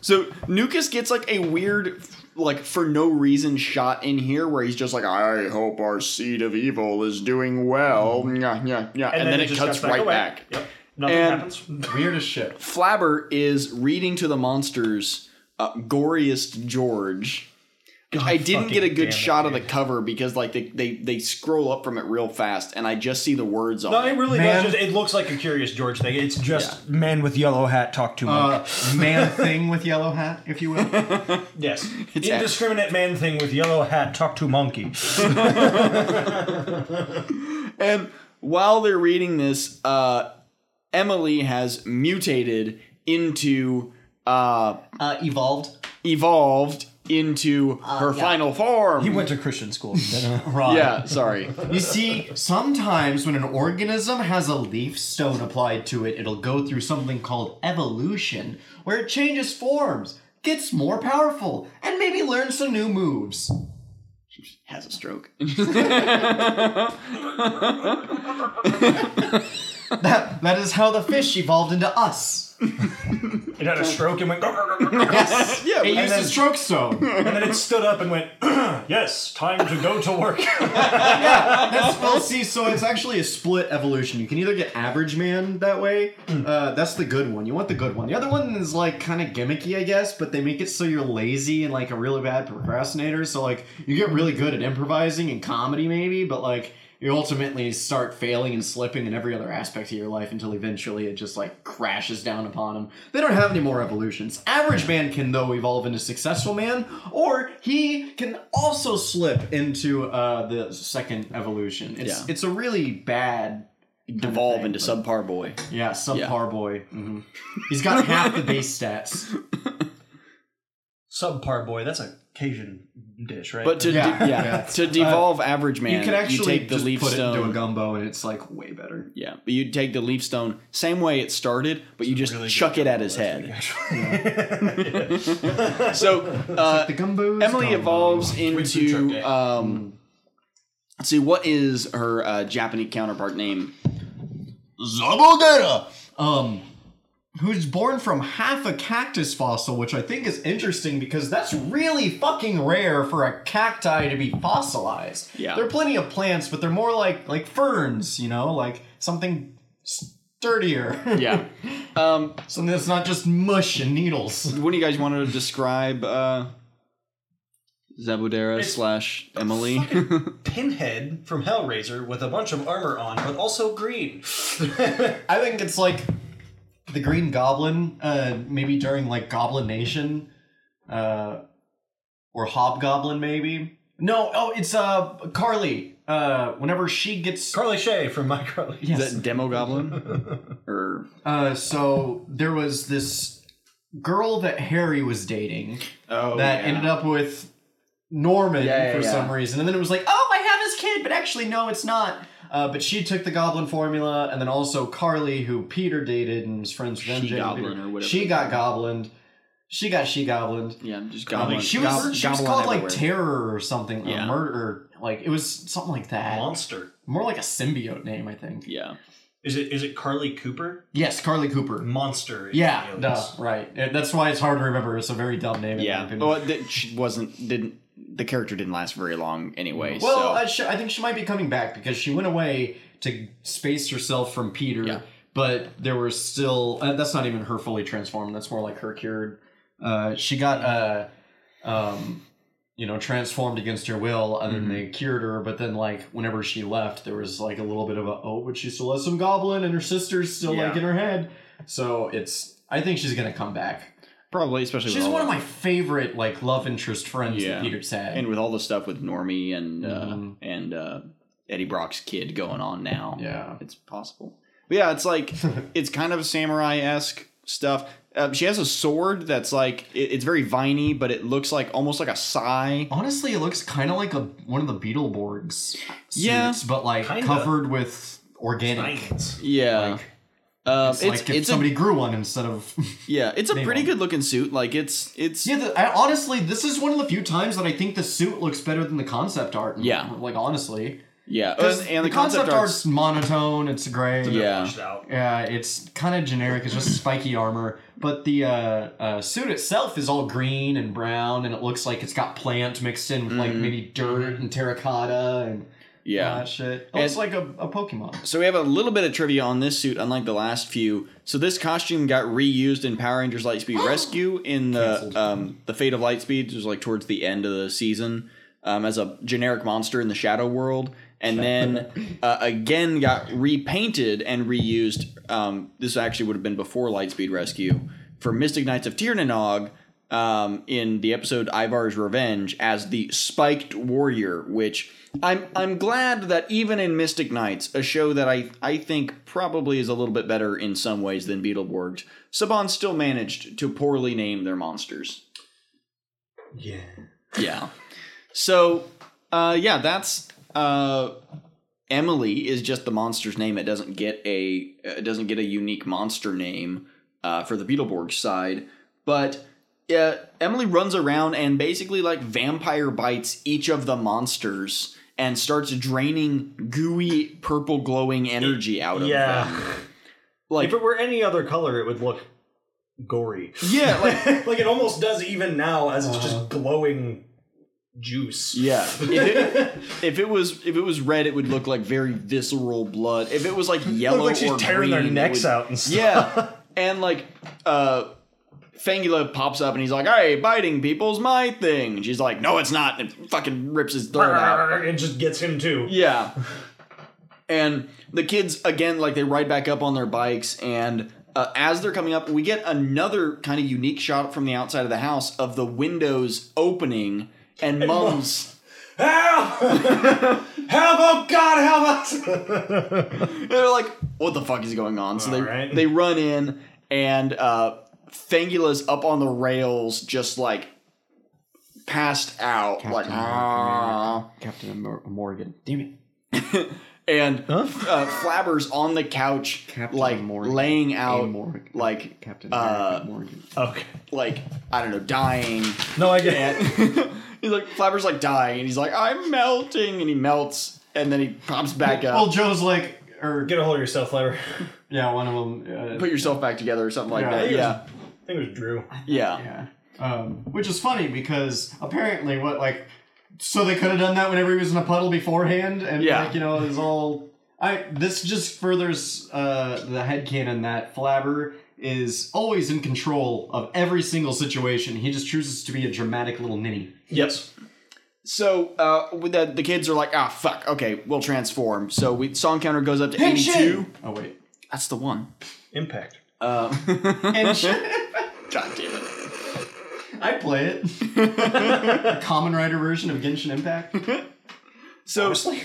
so Nukus gets like a weird like for no reason shot in here where he's just like I hope our seed of evil is doing well.
Mm-hmm.
Yeah, yeah, yeah. And, then, it
just
cuts
cuts
right
away.
back.
Yep. Nothing
And-
happens.
Weird as shit.
Flabber is reading to the monsters uh, Goriest George. which I didn't
fucking
get a
damn
good
it,
shot of the cover because like they, they they scroll up from it real fast and I just see the words on
No,
it.
it really
Man.
does. Just, it looks like a Curious George thing. It's just man with yellow hat talk too much.
Uh, man thing with yellow hat, if you will.
yes,
*laughs* it's-
indiscriminate man thing with yellow hat talk to monkey.
And while they're reading this, uh, Emily has mutated into uh,
Uh, evolved. Uh,
evolved into her
yeah.
final form.
*laughs* He went to Christian *laughs* school.
*laughs*
Right.
yeah,
*laughs*
sorry.
You see, sometimes when an organism has a leaf stone applied to it, it'll go through something called evolution, where it changes forms, gets more powerful, and maybe learns some new moves.
Has a stroke.
That that is how the fish evolved into us.
it had a stroke and went, and
Yes.
*laughs* Yeah,
It
and
used
then-
a
*laughs*
stroke stone.
then it stood up and went, *clears throat* "Yes, time to go to work." *laughs*
That's well, Oh, see, so it's actually a split evolution. You can either get average man that way. Uh, that's the good one. You want the good one. The other one is like kind of gimmicky, I guess, but they make it so you're lazy and like a really bad procrastinator. So like you get really good at improvising and comedy, maybe, but like you ultimately start failing and slipping in every other aspect of your life until eventually it just like crashes down upon them. They don't have any more evolutions. Average man can though evolve into successful man, or he can also slip into uh, the second evolution. It's
Yeah.
it's a really bad
Evolve
thing,
into
but-
subpar boy.
yeah subpar
Yeah.
boy. hmm He's got half the base
*laughs*
stats.
Subpar boy, that's a Cajun dish, right?
But to
Yeah,
de- yeah,
yeah. Uh,
to devolve average man,
you can actually
take the
just
leaf
put
stone.
it into a gumbo and it's like way better.
yeah, but you take the leaf stone same way it started, but you just
really
chuck
good
it at his head.
*laughs*
so uh,
The gumbo's
Emily
gumbo.
evolves
food truck day.
into um let's see what is her uh, Japanese counterpart name?
Zabodera, um, who's born from half a cactus fossil, which I think is interesting because that's really fucking rare for a cacti to be fossilized.
Yeah.
there are plenty of plants, but they're more like like ferns, you know, like something sturdier,
Yeah. *laughs* um
*laughs* something that's not just mush and needles.
what do you guys want to describe uh Zabudera
It's-
slash
*laughs*
Emily? *laughs*
Pinhead from Hellraiser with a bunch of armor on, but also green. *laughs*
I think it's like the Green Goblin, uh, maybe during like Goblin Nation, uh, or Hobgoblin, maybe. No, oh, it's uh Carly. Uh, whenever she gets
Carly Shay from My Carly.
Is that Demo Goblin? or
uh, so there was this girl that Harry was dating
Oh,
that ended up with Norman
Yeah, yeah,
for
yeah.
some reason, and then it was like, oh, I have his kid, but actually, no, it's not. Uh, but she took the goblin formula, and then also Carly, who Peter dated and was friends with MJ.
She-Goblin
Peter-
or whatever.
She got goblined. She got she goblined.
Yeah, just
I
goblin.
mean, she was
goblin-
she was
goblin
called like
everywhere.
terror or something, or
Yeah.
murder, like it was something like that.
Monster.
More like a symbiote name, I think.
Yeah,
Is it is it Carly Cooper?
Yes, Carly
Mm,
Cooper.
Monster. is
Yeah,
the
duh,
alias.
right. Uh, That's why it's hard to remember. It's a very dumb name. in my
yeah.
opinion.
Well, th- she wasn't. Didn't the character didn't last very long anyway?
Well,
so.
uh, she, I think she might be coming back because she went away to space herself from Peter,
Yeah.
but there were still. Uh, that's not even her fully transformed. That's more like her cured. Uh, she got, uh, um, you know, transformed against her will, and
Mm-hmm.
then they cured her. But then, like, whenever she left, there was like a little bit of a oh, but she still has some goblin, and her sister's still like
Yeah.
in her head. So it's. I think she's gonna come back.
probably especially.
She's
with all
one of
the-
my favorite like love interest friends
Yeah.
that Peter's had.
and with all the stuff with Normie and
Mhm.
uh, and uh, Eddie Brock's kid going on now.
yeah.
it's possible. But yeah, it's
*laughs*
like it's kind of samurai esque stuff. Uh, she has a sword that's like it, it's very viney, but it looks like almost like a sai.
Honestly, it looks kind of like a one of the Beetleborgs suits,
Yeah.
but like
Kinda.
covered with organic.
Giants.
Yeah,
Like,
um, it's
It's,
it's,
like if
a-
somebody grew one instead of. *laughs*
yeah, it's a
made
pretty
one.
good looking suit. Like it's it's
yeah, the, I, honestly, this is one of the few times that I think the suit looks better than the concept art.
Yeah.
like honestly,
yeah,
because
and, and the concept, art's,
monotone. It's gray.
Yeah.
Washed out.
Yeah, it's kind of generic. It's just spiky armor, but the uh, uh, suit itself is all green and brown, and it looks like it's got plant mixed in with like
Mm-hmm.
maybe dirt and terracotta and
yeah.
Ah, shit.
And-
It's like a, a Pokemon.
So we have a little bit of trivia on this suit, unlike the last few. So this costume got reused in Power Rangers Lightspeed Rescue in the
Cancelled.
um, the Fate of Lightspeed, which was like towards the end of the season, um, as a generic monster in the Shadow World, and then uh, again got repainted and reused. Um, this actually would have been before Lightspeed Rescue for Mystic Knights of Tirnanog. Um, in the episode Ivar's Revenge as the spiked warrior, which I'm I'm glad that even in Mystic Knights, a show that I I think probably is a little bit better in some ways than Beetleborgs, Saban still managed to poorly name their monsters.
Yeah.
Yeah. So, uh, yeah, that's uh, Emily is just the monster's name. It doesn't get a it doesn't get a unique monster name uh, for the Beetleborg side, but. Uh, Emily runs around and basically like vampire bites each of the monsters and starts draining gooey purple glowing energy out of them.
Yeah.
Like
If it were any other color, it would look gory. *laughs*
yeah, like
like it almost does even now as it's just glowing juice.
Uh-huh. Yeah. *laughs* If it, if it was if it was red, it would look like very visceral blood. If it was like yellow
like she's
or
tearing
green,
their
it
necks
would-
out and stuff.
*laughs* Yeah, and like uh, Fangula pops up and he's like, "Hey, biting people's my thing." And she's like, "No, it's not." And fucking rips his throat
*laughs*
out.
It just gets him too.
Yeah. And the kids again, like they ride back up on their bikes, and uh, as they're coming up, we get another kind of unique shot from the outside of the house of the windows opening and mums.
*laughs* Help! help! Oh God, help us! *laughs*
And they're like, "What the fuck is going on?" So they
Alright.
they run in, and uh, Fangula's up on the rails, just like passed out, like ah.
Captain Mor- Morgan. Damn it.
And uh, Flabber's on the couch,
Captain
like
Morgan.
laying out,
Morgan.
like
Captain
uh,
Morgan.
Okay.
like I don't know, dying.
No, I get
And *laughs* he's like Flabber's like dying, and he's like, "I'm melting," and he melts, and then he pops back up.
Well, Joe's like, or
Get a hold of yourself, Lever.
yeah, one of them. Uh,
Put yourself back together or something like
Yeah.
that. Yeah,
I think it was Drew.
yeah.
yeah. Um, which is funny because apparently, what like, so they could have done that whenever he was in a puddle beforehand, and
Yeah.
like you know, it's all. I this just furthers uh, the headcanon that Flabber is always in control of every single situation. He just chooses to be a dramatic little ninny.
Yes.
So uh, with the, the kids are like, ah, fuck. Okay, we'll transform. So we song counter goes up to
Hey,
eighty-two.
shit! Oh wait.
*laughs* That's the one.
Impact.
Um,
And shit.
God damn it!
I play it.
*laughs*
a common writer version of Genshin Impact.
So
Honestly.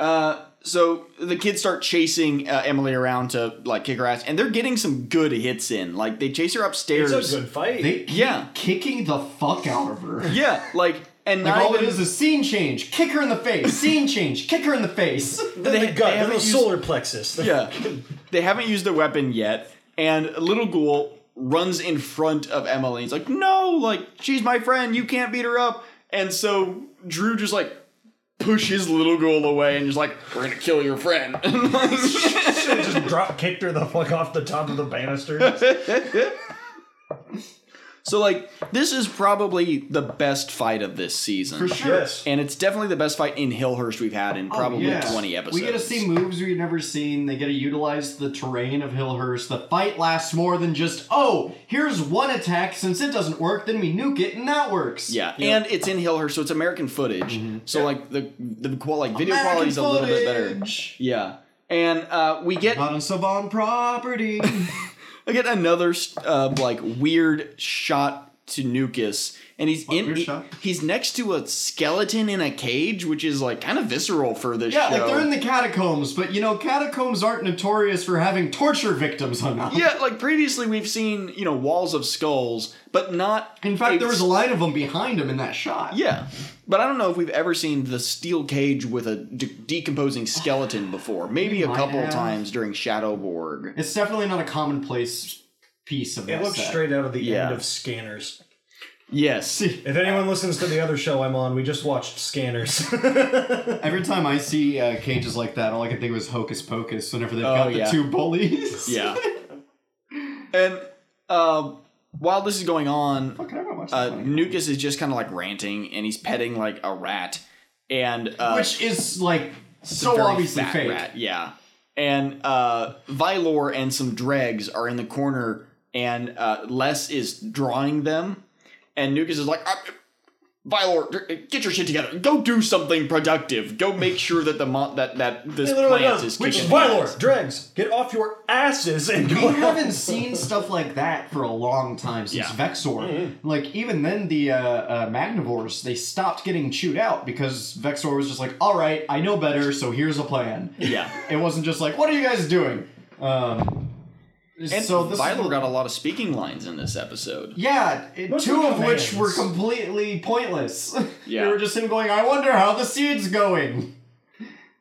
Uh, so the kids start chasing uh, Emily around to like kick her ass, and they're getting some good hits in. Like they chase her upstairs.
It's a good fight.
They keep
Yeah.
kicking the fuck out of her.
Yeah, like and
Like
not
all
even,
it is is scene change, kick her in the face, scene change, kick her in
*laughs*
the face.
Then they,
they
got their
haven't
little
used-
solar plexus.
Yeah. they haven't used their weapon yet, and Little Ghoul runs in front of Emily. He's like, no, like, she's my friend. You can't beat her up. And so Drew just like pushes Little Ghoul away and just like, we're going to kill your friend. *laughs*
just drop kicked her the fuck off the top of
*laughs*
the banister.
so, like, this is probably the best fight of this season.
For sure.
yes.
And it's definitely the best fight in Hillhurst we've had in probably
Yeah.
20 episodes.
We get to see moves we've never seen. They get to utilize the terrain of Hillhurst. The fight lasts more than just, oh, here's one attack. Since it doesn't work, then we nuke it and that works.
Yeah, and it's in Hillhurst, so it's American footage. So like the the qual- like video
Mm-hmm. American
quality's a little bit better.
footage.
Yeah,
Uh-huh.
and uh, we get
On Savon property. *laughs*
we get another uh, like weird shot to Nukas, and he's in
weird
he-
shot?
he's next to a skeleton in a cage, which is like kind of visceral for this
yeah,
show.
like they're in the catacombs, but you know, catacombs aren't notorious for having torture victims on them.
yeah, like previously we've seen you know walls of skulls, but not
In fact, there was a line of them behind him in that shot.
Yeah, but I don't know if we've ever seen the steel cage with a de- decomposing
*sighs*
skeleton before. Maybe a
might
couple
have.
times during Shadowborg.
It's definitely not a commonplace piece of
It
that
looks
set.
straight out of the
Yeah.
end of Scanners.
Yes.
If anyone listens to the other show I'm on, we just watched Scanners. *laughs*
Every time I see uh, cages like that, all I can think of is Hocus Pocus. Whenever they've
Oh,
got the
yeah.
two
*laughs*
bullies.
yeah. And um, while this is going on,
*laughs* Fuck, I wanna watch
uh,
that one.
Nukas is just kind of like ranting, and he's petting like a rat, and uh,
Which is like
it's a
so
very
obviously
fat
fake.
rat, yeah. And uh, Vylor and some dregs are in the corner, and uh, Les is drawing them, and Nukas is like. "Ah, Vylor, get your shit together. Go do something productive. Go make sure that the mo- that that this
It literally
plant
does.
is
Which is
kicking
Vylor,
ass.
Dregs, get off your asses
*laughs*
and
We
go.
haven't seen stuff like that for a long time since
Yeah.
Vexor. Like even then, the uh, uh, Magnivores they stopped getting chewed out because Vexor was just like, "All right, I know better, so here's
*laughs*
a plan." *laughs*
Yeah.
It wasn't just like, "What are you guys doing?" Um,
And
so
so
this is
Vylor
the-
got a lot of speaking lines in this episode.
Yeah, it,
Those
two
are
of which
commands.
were completely pointless. *laughs*
Yeah.
they were just him going, "I wonder how the seed's going."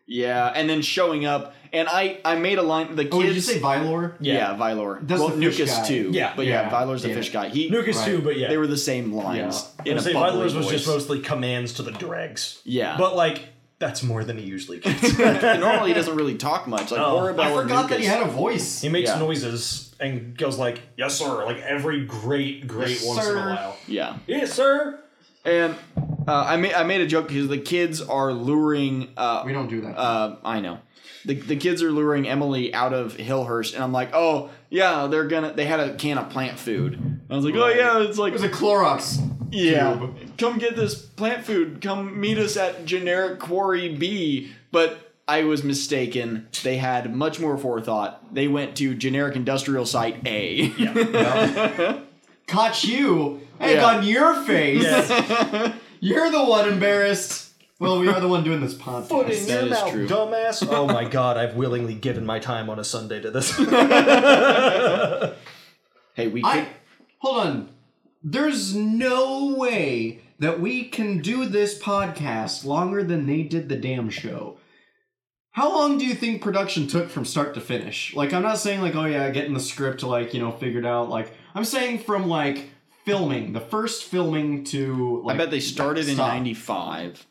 Yeah, and then showing up, and I I made a line. The kids,
Oh, did you say Vylor?
yeah, Vylor.
That's
well,
the fish
Nukas
guy.
too.
Yeah.
but yeah,
Yeah.
Vylor's the
Yeah.
fish guy. He
Nuke is
Right.
too, but yeah.
They were the same lines
Yeah.
in
I
a
say
bubbly
Vylor's was
voice.
just mostly commands to the Dregs.
Yeah.
But like, that's more than he usually gets.
*laughs* And *laughs* normally he doesn't really talk much. Like
Oh.
Horrible
I
or
forgot that he
Nukas.
had a voice.
He makes
Yeah.
noises and goes like, "Yes, sir!" Like every great, great
Yes,
once in
sir.
a while.
Yeah,
Yes,
*laughs*
sir.
and uh, I made I made a joke because the kids are luring. Uh,
We don't do that.
uh, I know. The, the kids are luring Emily out of Hillhurst, and I'm like, oh yeah, they're gonna. They had a can of plant food. And I was like, oh yeah, it's like
it was a Clorox.
Yeah.
tube.
Come get this plant food. Come meet us at generic quarry B. But I was mistaken. They had much more forethought. They went to generic industrial site A.
Caught you. Egg
Yeah.
on your face.
Yes.
*laughs* You're the one embarrassed. Well, we are the one doing this podcast.
That is true.
dumbass. oh my god, I've willingly given my time on a Sunday to this.
*laughs* Hey, we
I
could-
hold on. There's no way that we can do this podcast longer than they did the damn show. How long do you think production took from start to finish? Like, I'm not saying like, oh yeah, getting the script like you know figured out. Like, I'm saying from like filming the first filming to. Like,
I bet they started in
stop.
'95,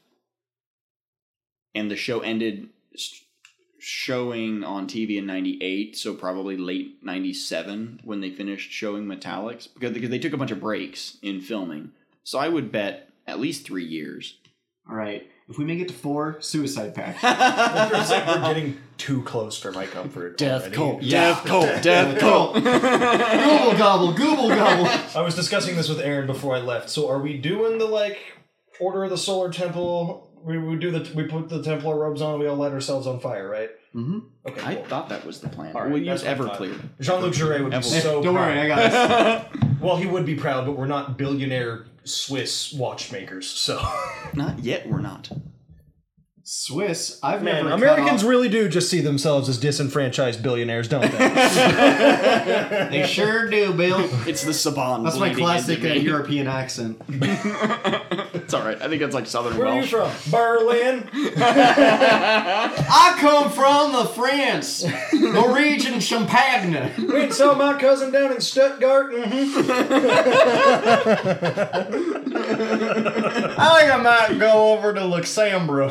and the show ended s- showing on TV in '98. So probably late '97 when they finished showing Metallics because because they took a bunch of breaks in filming. So I would bet at least three years.
All right, if we make it to four, suicide pact.
We're getting too close for my comfort. already.
*laughs*
death cult, death
Cool. Google gobble, Google gobble.
I was discussing this with Aaron before I left. So are we doing the like order of the solar temple? We, we do the we put the Templar robes on. We all light ourselves on fire, right?
Mm-hmm.
Okay.
I
cool.
thought that was the plan.
All right,
we'll use
that's what I thought.
Everclear.
Jean-Luc Giray would be
Evelyn.
so.
Don't
proud.
worry, I got this.
Well, he would be proud, but we're not *laughs* billionaire Swiss watchmakers, so
Not yet. We're not.
Swiss, I've
Man,
never cut
Americans
off-
really do just see themselves as disenfranchised billionaires, don't
*laughs*
they?
they sure do, Bill.
It's the Saban.
That's my
bleeding
classic uh,
into me.
European accent.
*laughs* It's all right. I think that's like Southern
Where are you
Welsh.
from? Berlin.
I come from the France, the region Champagne.
Went and saw my cousin down in Stuttgart. hmm
I think I might go over to Luxembourg.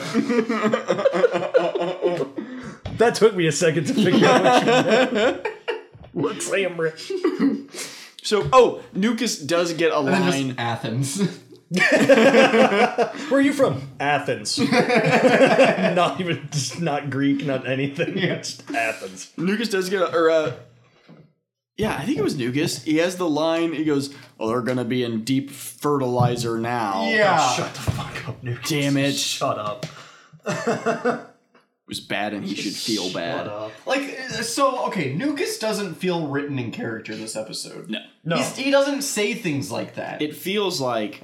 That took me a second to figure out. What
So, oh, Nukas does get
*laughs*
a
And then
line.
just Athens.
you, where are you from? Athens. not even, just not Greek, not anything. Just Athens.
Nukas does get a, or uh yeah, I think it was Nukas. He has the line. He goes, "Well, they're gonna be in deep fertilizer now."
*laughs* Yeah.
Shut the fuck up, Nuke.
Damn it.
Shut up.
it was bad, and he should feel bad.
Like uh, so, okay. Nukas doesn't feel written in character this episode.
No,
No.
He's, he doesn't say things like that.
it feels like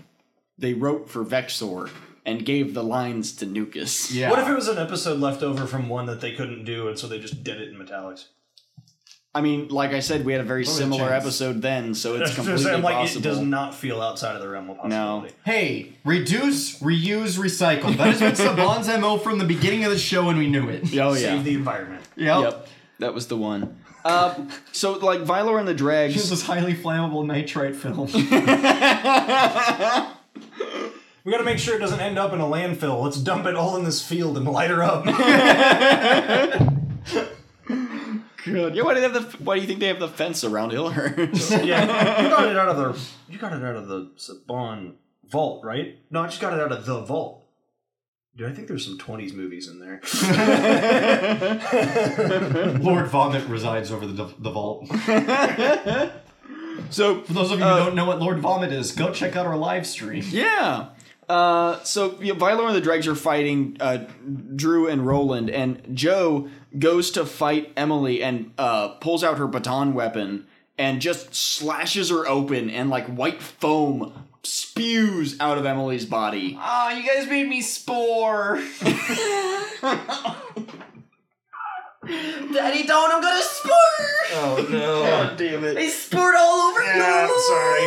they wrote for Vexor and gave the lines to Nukas.
yeah.
What if it was an episode left over from one that they couldn't do, and so they just did it in *laughs* italics?
I mean, like I said, we had a very
was the
similar
chance?
episode then, so
*laughs*
it's
I'm
completely
like,
possible.
it does not feel outside of the realm of possibility.
Hey, reduce, reuse, recycle. That has been Saban's MO from the beginning of the show, and we knew it. Yep.
oh
Save
yeah,
the environment.
yep, that was the one. Uh, so like Vylor and the
This
Dregs.
is highly
*laughs*
flammable nitrite film.
We gotta make sure it doesn't end up in a landfill. Let's dump it all in this field and light her up.
Yeah, why do they have the? Why do you think they have the fence around Hillhurst?
*laughs* yeah, you got it out of the you got it out of the Saban vault, right? No, I just got it out of the vault. Dude, I think there's some 20s movies in there.
Lord Vomit resides over the, the
*laughs*
vault.
so
For those of you who don't know what Lord Vomit is, go check out our live *laughs* stream.
Yeah. Uh, so you know, Vylor and the Dregs are fighting uh, Drew and Roland, and Joe goes to fight Emily and uh, pulls out her baton weapon and just slashes her open, and like white foam spews out of Emily's body.
Oh, you guys made me *laughs* spore. Daddy, don't, I'm gonna spore!
Oh no. God damn it.
I spored all over
Yeah,
you!
I'm sorry.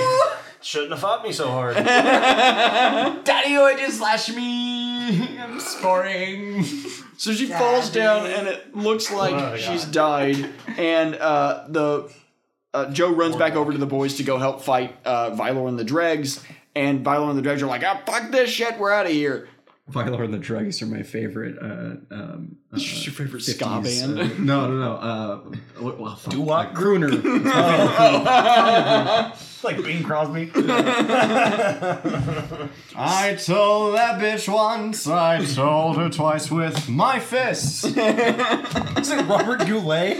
*laughs* Shouldn't have fought me so *laughs* hard.
Daddy, oh, I just slash me! I'm sporing.
So she falls down, and it looks like
Oh,
she's died. And uh, the uh, Joe runs back over to the boys to go help fight uh, Vylor and the Dregs. And Vylor and the Dregs are like, "Ah, fuck this shit, we're out of here."
Vilar and the Drugs are my favorite. Uh, um, uh,
Your favorite ska
50s,
band? *laughs*
uh, no, no, no. Uh, what- well, fuck. uh,
Doo-wop?
*laughs* Gruner.
like Bing *laughs* Crosby.
I told that bitch once. I told her twice with my *laughs* fists.
Is it Robert Goulet?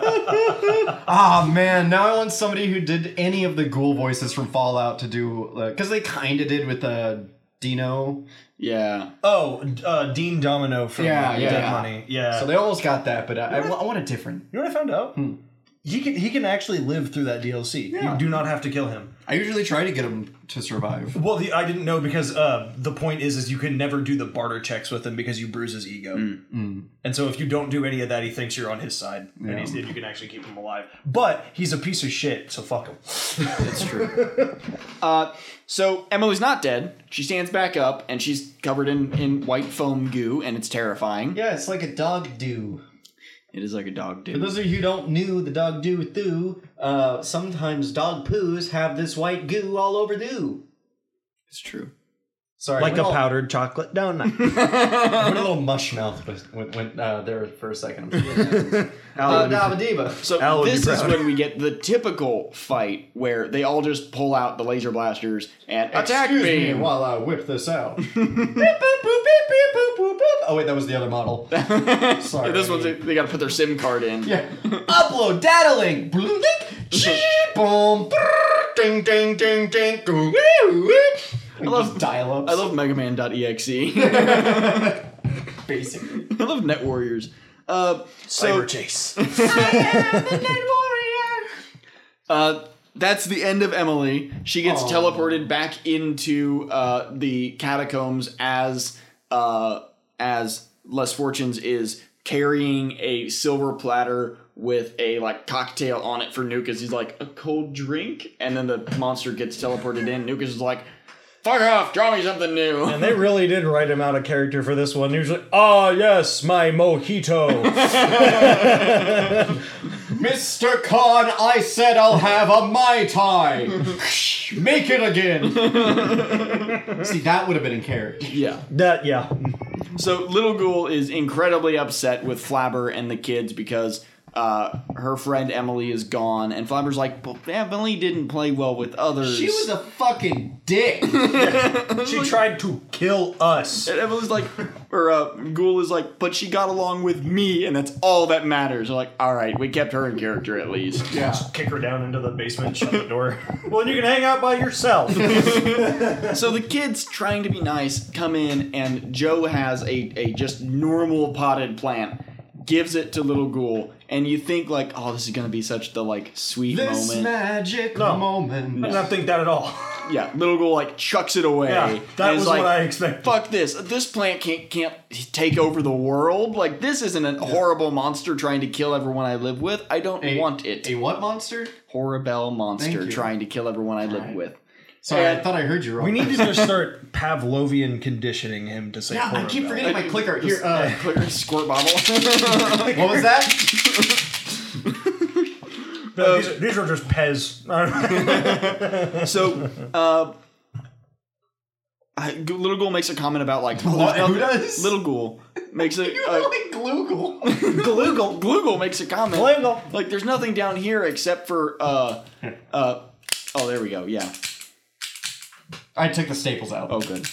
*laughs* Ah man, now I want somebody who did any of the ghoul voices from Fallout to do because they kind of did with uh, Dino.
Yeah.
Oh, uh, Dean Domino from
Yeah, yeah,
Dead
yeah.
Money. Yeah.
So they almost got that, but I, I, wa- I want a different.
you know what I found out?
Hmm.
He can he can actually live through that DLC. You do not have to kill him.
I usually try to get them to survive.
Well, the, I didn't know because uh, the point is, is you can never do the barter checks with him because you bruise his ego.
Hmm.
And so if you don't do any of that, he thinks you're on his side, and, he's, and you can actually keep him alive. But he's a piece of shit, so fuck him.
That's true. *laughs* uh, so Emily's not dead. She stands back up and she's covered in, in white foam goo, and it's terrifying.
Yeah, it's like a dog do.
It is like a dog
For
do.
those of you who don't know the dog do thoo, uh, sometimes dog poos have this white goo all over thoo.
It's true.
Sorry,
Like
went
a
all-
powdered
*laughs*
chocolate donut.
went a little mush mouth with- went, went uh, there for a second. uh, Dabba
So
Al would be
this is
proud.
when we get the typical fight where they all just pull out the laser blasters and attack me.
while I whip this out. *laughs* Beep, boop, boop, beep, beep, boop, boop, boop. Oh wait, that was the other model. *laughs* Sorry.
This one's they got to put their SIM card
*laughs*
in.
Yeah. Upload data link. Bloom, dink, chee, boom, brrr, ding, ding, ding, ding. goo, woo, woo.
I love
Dial ups.
I love Megaman.exe. *laughs* I
basically.
love Net Warriors.
*laughs*
Uh, so
Chase.
Uh, that's the end of Emily. She gets
Aw.
teleported back into uh, the catacombs as uh, as Les Fortunes is carrying a silver platter with a like cocktail on it for Nukas. He's like a cold drink, and then the monster gets teleported in. Nukas is like, "Fuck off! Draw me something new."
And they really did write him out a character for this one. Usually, ah, yes, my
*laughs*
mojito.
Mr. Khan, I said I'll have a Mai Tai. *laughs* Make it again. *laughs* See, that would have been in
*laughs*
character.
yeah.
that, yeah.
So Little Ghoul is incredibly upset with Flabber and the kids because uh, her friend Emily is gone, and Flabber's like, "But Emily didn't play well with others."
She was a fucking dick.
She tried to kill us.
and Emily's like, or uh, Ghoul is like, "But she got along with me, and that's all that matters." They're like, "All right, we kept her in character at
*laughs*
least."
yeah.
Kick her down into the basement, shut the door.
*laughs* Well, you can hang out by yourself.
So the kids, trying to be nice, come in, and Joe has a, a just normal potted plant, gives it to Little Ghoul, and you think like, "Oh, this is gonna be such the like sweet
This
moment."
magic
No.
moment.
I did not think that at all.
Yeah, little girl like chucks it away.
Yeah, that
and is
was
like,
what I expected.
Fuck this! This plant can't can't take over the world. Like this isn't a horrible monster trying to kill everyone I live with. I don't
A-
want it.
A what monster?
horrible monster
Thank you.
trying to kill everyone I live
Right.
with.
Sorry, I
And-
thought I heard you wrong.
We need to just start Pavlovian conditioning him to say.
Yeah, I keep
Korobel.
forgetting my clicker. Here,
*laughs*
uh,
Clear squirt bottle. *laughs*
what was that?
Uh,
No,
Um,
these, are, these are just Pez. *laughs*
so, uh, I, little ghoul makes a comment about like oh, *laughs*
What?
there's
Who
nothing-
does?
Little ghoul makes a
*laughs* You
uh,
were like Gloogle.
Gloogle Gloogle makes a comment.
Gloogle.
Like there's nothing down here except for
*laughs*
uh uh oh there we go. Yeah.
I took the staples out.
Oh good.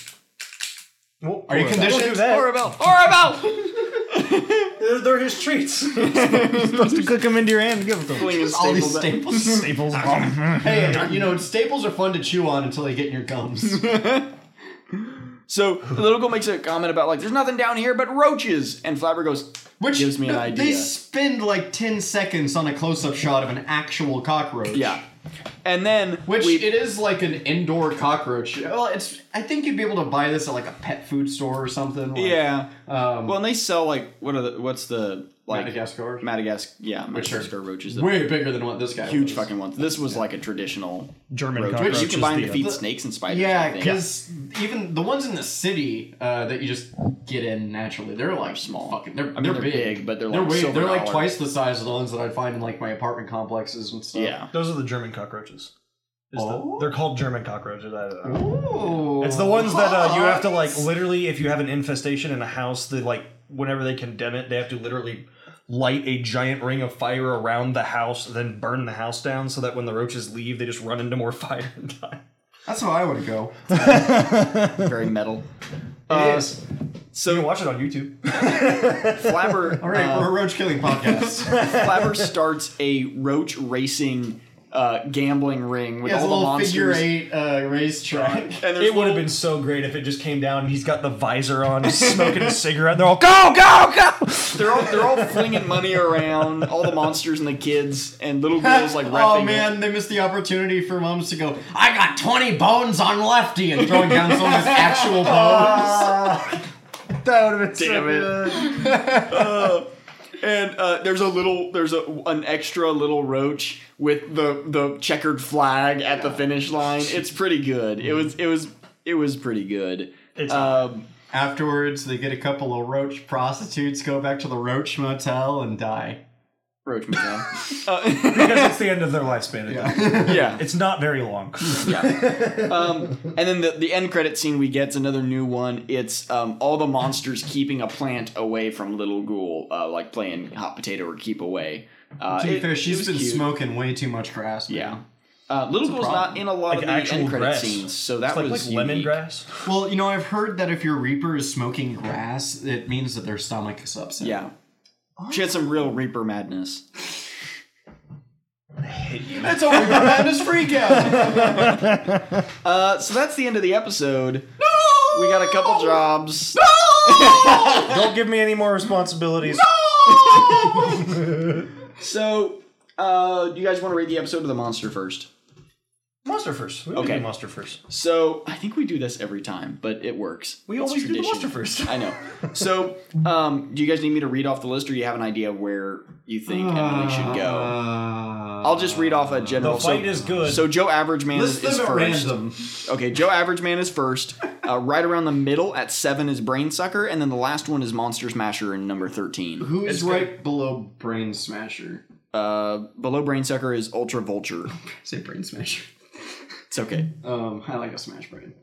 Are you
Don't
conditioned?
do that.
Horrible. *laughs* Horrible.
They're, they're his treats. You're supposed to cook them into your hand and give them to him.
All these staples.
*laughs*
Staples.
hey, you know, staples are fun to chew on until they get in your gums.
So Little Girl makes a comment about like there's nothing down here but roaches, and Flabber goes,
Which
Gives me an
they
idea.
spend like 10 seconds on a close up shot of an actual cockroach.
yeah. And then
Which
we,
it is like an indoor cockroach. Well, it's. I think you'd be able to buy this at like a pet food store or something. Like,
yeah.
Um,
Well, and they sell like what are the what's the like
Madagascar.
Madagascar yeah
are
Madagascar roaches. the
way bigger than what this guy.
Huge
was.
fucking ones. This was like a traditional
German
roach.
cockroach
You
is
can buy them
the-
to
uh,
feed snakes and spiders. I
Yeah,
think.
because even the ones in the city uh, that you just get in naturally, they're like small. Fucking, they're,
mean,
they're,
they're
big.
big, but they're, like,
way,
silver
they're like
dollar.
twice the size of the ones that I'd find in like my apartment complexes and stuff.
yeah.
Those are the German cockroaches. Is the-
Oh.
they're called German cockroaches. I don't know.
Ooh.
It's the ones that uh, you have to like literally. If you have an infestation in a house, they like whenever they condemn it, they have to literally light a giant ring of fire around the house, then burn the house down, so that when the roaches leave, they just run into more *laughs* fire and die.
That's how I want to go.
Uh, Very
*laughs*
metal.
Uh, You can
So
watch it on YouTube.
Flabber
All right,
uh,
we're a roach
*laughs*
killing podcast.
Flabber starts a roach racing uh, gambling ring with
He has
all
a
the
little figure
monsters.
eight uh,
*laughs*
racetrack. *laughs*
And there's
It would
little-
have been so great if it just came down and he's got the visor
*laughs*
on, he's smoking a cigarette, and they're all go, go, go.
They're all they're all flinging money around. All the monsters and the kids and little girls like
*laughs* oh
rapping.
man, they missed the opportunity for moms to go. I got twenty bones on lefty and throwing
*laughs*
down someone's actual bones.
That would have been
Damn it. Uh, and uh, there's a little there's a an extra little roach with the the checkered flag at the finish line. It's pretty good. It was it was it was pretty good.
It's
Um,
Afterwards, they get a couple of roach prostitutes, go back to the roach motel, and die.
roach motel. *laughs*
because it's the end of their lifespan.
yeah.
It's not
*laughs*
very long.
And then the, the end credit scene we get's another new one. It's um, all the
*laughs*
monsters keeping a plant away from Little Ghoul, uh, like playing hot potato or keep away. Uh,
To be
it-
fair,
it
she's
was
been
cute.
smoking way too much grass. man.
Yeah. Uh, Little Ghoul's not
problem.
in a lot
Like
of the
actual
end credit
grass.
scenes, so that
It's like, like
was unique.
lemongrass.
Well, you know, I've heard that if your reaper is smoking grass, it means that their stomach is upset.
Yeah. She had some real Reaper madness.
That's a reaper
*laughs*
madness freakout.
Uh, so that's the end of the episode. No! We got a couple jobs.
Don't give me any more responsibilities.
So, uh, do you guys want to read the episode of the monster first?
Monster first. We
Okay.
okay. do monster first.
So I think we do this every time, but it works.
We
It's
always do the
tradition.
monster first.
I know.
*laughs*
So, um, do you guys need me to read off the list, or you have an idea of where you think Emily should go? I'll just read off a general.
Uh, The fight
so,
is good.
So Joe Average Man is,
List
is
them at
first.
random.
Okay, Joe Average Man is first. Uh, right around the middle at seven is Brain Sucker, and then the last one is Monster Smasher in number thirteen.
Who's right below Brain Smasher?
Uh, below Brain Sucker is Ultra Vulture.
Say Brain Smasher.
It's
*laughs*
okay.
Um, I like a smash brain.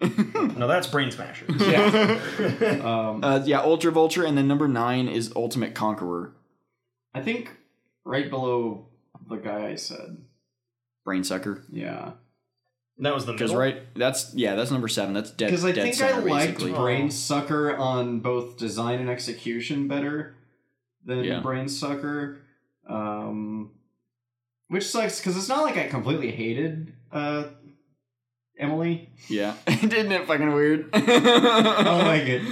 no, that's Brain Smasher.
Uh, yeah, Ultra Vulture, and then number nine is Ultimate Conqueror.
I think right below the guy I said.
Brain Sucker.
Yeah.
*laughs* that was the
Because
middle.
right, that's yeah, that's number seven. That's dead.
Because I
dead
think
center,
I liked
basically.
Brain Sucker on both design and execution better than
Yeah.
Brain Sucker. Um, which sucks because it's not like I completely hated uh, Emily.
Yeah, *laughs* didn't it fucking
*laughs*
weird?
I like it.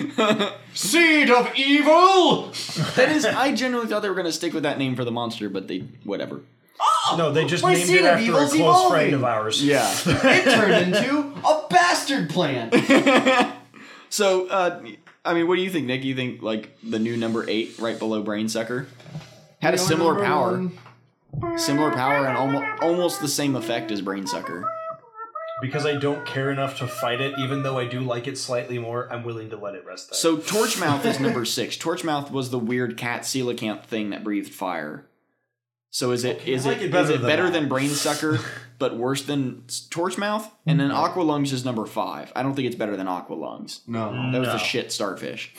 Seed of Evil!
*laughs* that is, I genuinely thought they were gonna stick with that name for the monster, but they whatever.
No, they just
My
named
scene
it
of
after a
evil's
close
evolving.
friend of ours.
Yeah.
It turned into a bastard plant!
*laughs* so, uh, I mean, what do you think, Nick? You think like the new number eight, right below Brain Sucker, had a similar
Number
power,
one.
similar power, and almost almost the same effect as Brain Sucker.
Because I don't care enough to fight it, even though I do like it slightly more, I'm willing to let it rest there.
So Torchmouth is number six. Torchmouth was the weird cat coelacanth thing that breathed fire. So is it is
I like
it is
it better
it
than
better
that.
than Brain Sucker,
*laughs*
but worse than s- Torchmouth? And then
Mm-hmm.
Aqualungs is number five. I don't think it's better than Aqualungs.
No.
That was
No.
the shit starfish.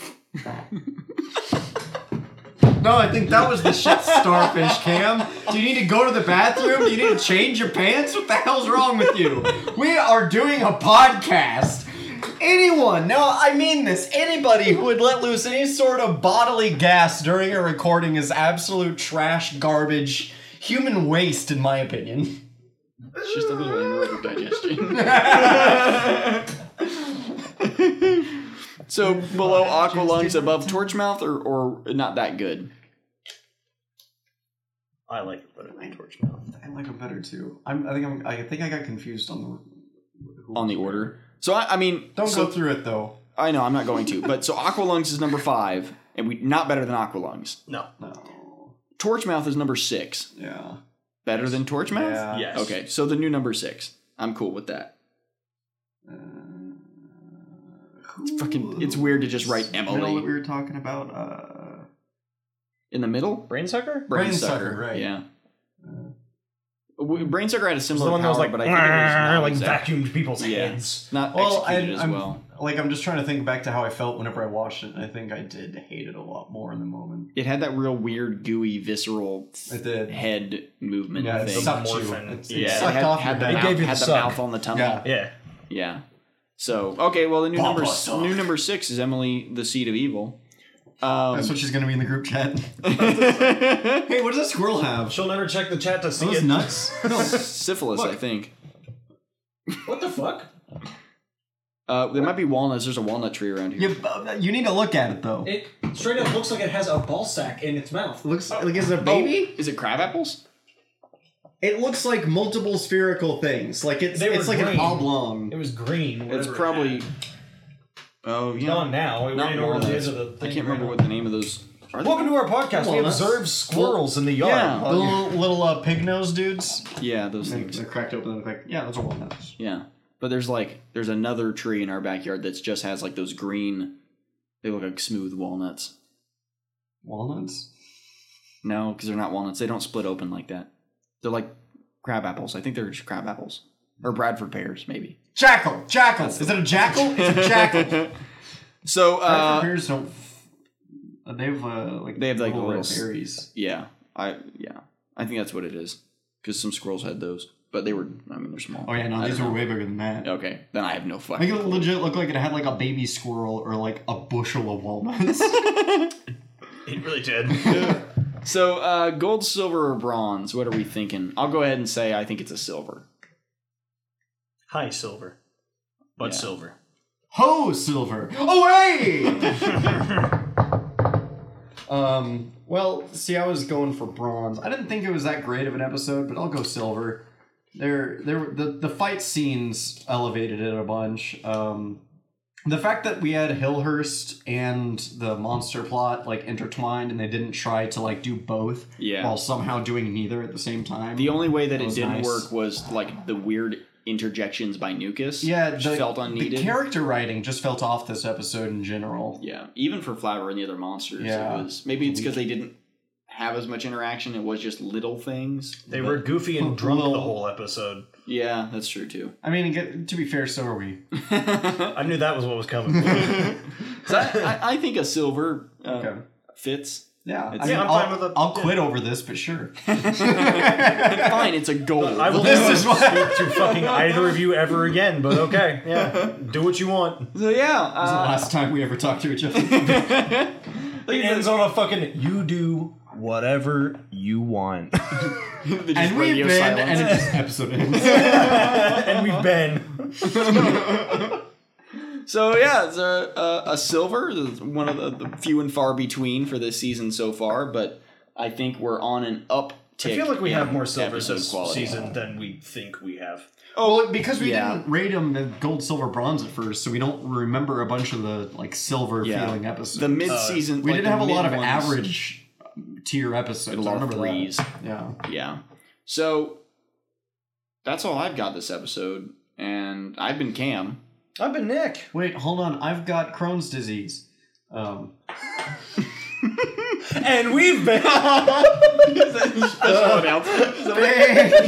No, I think that was the shit starfish, Cam. Do you need to go to the bathroom? Do you need to change your pants? What the hell's wrong with you? We are doing a podcast.
Anyone, no, I mean this, anybody who would let loose any sort of bodily gas during a recording is absolute trash, garbage, human waste, in my opinion.
It's just a little anaerobic digestion. *laughs* so
*laughs*
below Aqualungs, above Torchmouth, or or not that good.
I like it better than Torchmouth.
I like them better too. I'm, I think I'm, I think I got confused on the
on the order. So I, I mean,
Don't
so,
go through it though.
I know I'm not going to, but so Aqualungs is number five, and we not better than Aqualungs.
No.
No.
Torchmouth is number six,
Yeah.
better than Torchmouth.
Yeah.
Yes.
Uh, Okay, so the new number six. I'm cool with that.
It's
Fucking, it's weird to just write E.
Middle that we
Emily
were talking about. Uh,
in the middle.
Brainsucker?
Brain
Brainsucker,
sucker,
right. Uh.
Yeah. Brain sucker had a
The
similar
one that
power,
was like,
but I think it was not
like
exact-
vacuumed people's
Yeah.
heads.
not
well, I,
executed as
I'm
well.
like I'm just trying to think back to how I felt whenever I watched it, and I think I did hate it a lot more in the moment.
It had that real weird, gooey, visceral
I did.
head movement
Yeah, it
thing.
sucked you.
Morphin.
It, it
yeah, it
sucked
had,
off
had
your
the
head.
mouth, had the mouth on the tummy.
Yeah.
Yeah.
Yeah. So okay, well the new number
Papa Doc.
new number six is Emily the Seed of Evil. Um, *laughs*
That's what she's gonna be in the group chat. *laughs* hey, what does that squirrel have?
She'll never check the chat to see
Those
it.
nuts? No.
syphilis, I think.
What the fuck?
Uh, there might be walnuts. There's a walnut tree around here.
you, uh, you need to look at it though. It
It straight up looks like it has a ball sack in its mouth.
looks like it's a
Oh,
baby.
is it crab apples?
It looks like multiple spherical things. Like it's
They were
it's like an
green.
oblong.
It was green.
It's
whatever it
probably.
had.
Oh yeah.
gone now. It
Not
ran over the
walnuts.
edge of the
I
thing.
can't remember what the name of those. Are they-
Welcome to our podcast. we
Walnuts.
observe squirrels in the yard.
Yeah.
The little, little uh, pig nose dudes.
Yeah, those
They
things.
they cracked open and like yeah, those are walnuts.
Yeah, but there's like there's another tree in our backyard that's just has like those green. They look like smooth walnuts.
Walnuts.
No, because they're not walnuts. They don't split open like that. They're like crab apples. I think they're just crab apples or Bradford pears, maybe.
Jackal. Jackal. Is it a jackal? It's a jackal.
So *laughs*
Bradford
uh,
pears don't. f- uh, They have uh, like
They have, like,
little red
little s-
berries.
yeah, I yeah, I think that's what it is. Because some squirrels had those, but they were I mean they're small.
Oh yeah,
I
no, these
don't
are
know.
way bigger than that.
okay. Then I have no
Make
fucking.
it
clue.
legit look like it had like a baby squirrel or like a bushel of walnuts. *laughs*
It really *laughs* did.
So uh, gold, silver, or bronze? What are we thinking? I'll go ahead and say I think it's a silver.
Hi, silver. But
Yeah.
silver.
Ho, silver!
*laughs*
Away! um, well, see, I was going for bronze. I didn't think it was that great of an episode, but I'll go silver. they're they're the, the fight scenes elevated it a bunch. Um, the fact that we had Hillhurst and the monster plot like intertwined, and they didn't try to like do both,
Yeah.
while somehow doing neither at the same time.
The only way that, it
was
didn't
nice.
work was like the weird interjections by Nukas.
yeah,
which
the,
felt
The
unneeded.
character writing just felt off this episode in general.
yeah, even for Flower and the other monsters,
Yeah.
it was maybe it's because they didn't have as much interaction. It was just little things.
They were goofy and drunk the
Well-
whole episode.
Yeah, that's true too.
I mean, get- to be fair, so are we.
I knew that was what was *laughs* coming. yeah,
So I, I, I think a silver uh,
Okay.
fits.
Yeah, I
It's-
mean,
I'm
I'll- Uh-huh.
fine with the-
I'll quit over this, but *laughs* sure.
Fine, it's a gold.
I will
This
never
is what-
speak to fucking either of you ever again. But okay, *laughs* yeah, do what you want.
so yeah, uh,
Last time we ever talked to each *laughs* other.
It ends on a fucking you do whatever you want.
the just
and we've
radio
been,
silence.
and it just episode ends.
*laughs* and we've been
So yeah, it's a, a, a silver, It's one of the, the few and far between for this season so far. But I think we're on an uptick.
I feel like we have more silvers
episode
this
quality.
season than we think we have.
*laughs* well, because we
Yeah.
didn't rate them in gold, silver, bronze at first, so we don't remember a bunch of the like silver
Yeah.
feeling episodes.
The mid-season,
we
like, the
didn't have a lot of
mid-ones.
average tier episodes.
A lot
I
of
remember that.
threes.
Yeah.
Yeah. So that's all I've got this episode, and I've been
*laughs*
Cam.
I've been Nick.
Wait, hold on. I've got Crohn's disease. *laughs* Um,
And we've *laughs* been
big,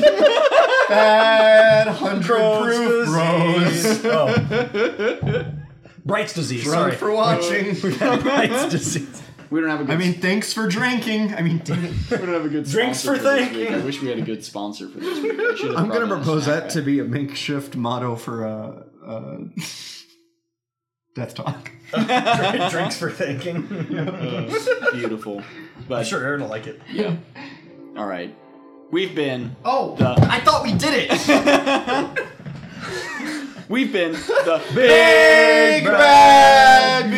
bad hundred proof rose.
Oh. Bright's disease. Sorry.
Sorry for *laughs* watching.
Bright's disease. *laughs*
We don't have a good.
I mean, thanks for drinking. I mean, damn it.
we don't have a good.
drinks
sponsor
for
this
thanking.
week. I wish we had a good sponsor for this. Week.
*laughs*
I'm gonna propose that to be a makeshift motto for uh, uh, *laughs* Death Talk.
Drinks for thinking.
beautiful. But
sure Aaron will like it.
yeah. All right. We've been.
Oh,
The-
I thought we did it.
We've been the
Big Bad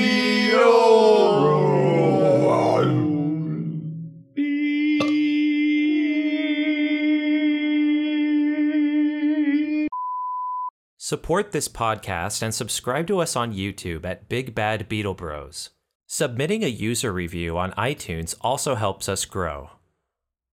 Support this podcast and subscribe to us on YouTube at Big Bad Beetle Bros. Submitting a user review on iTunes also helps us grow.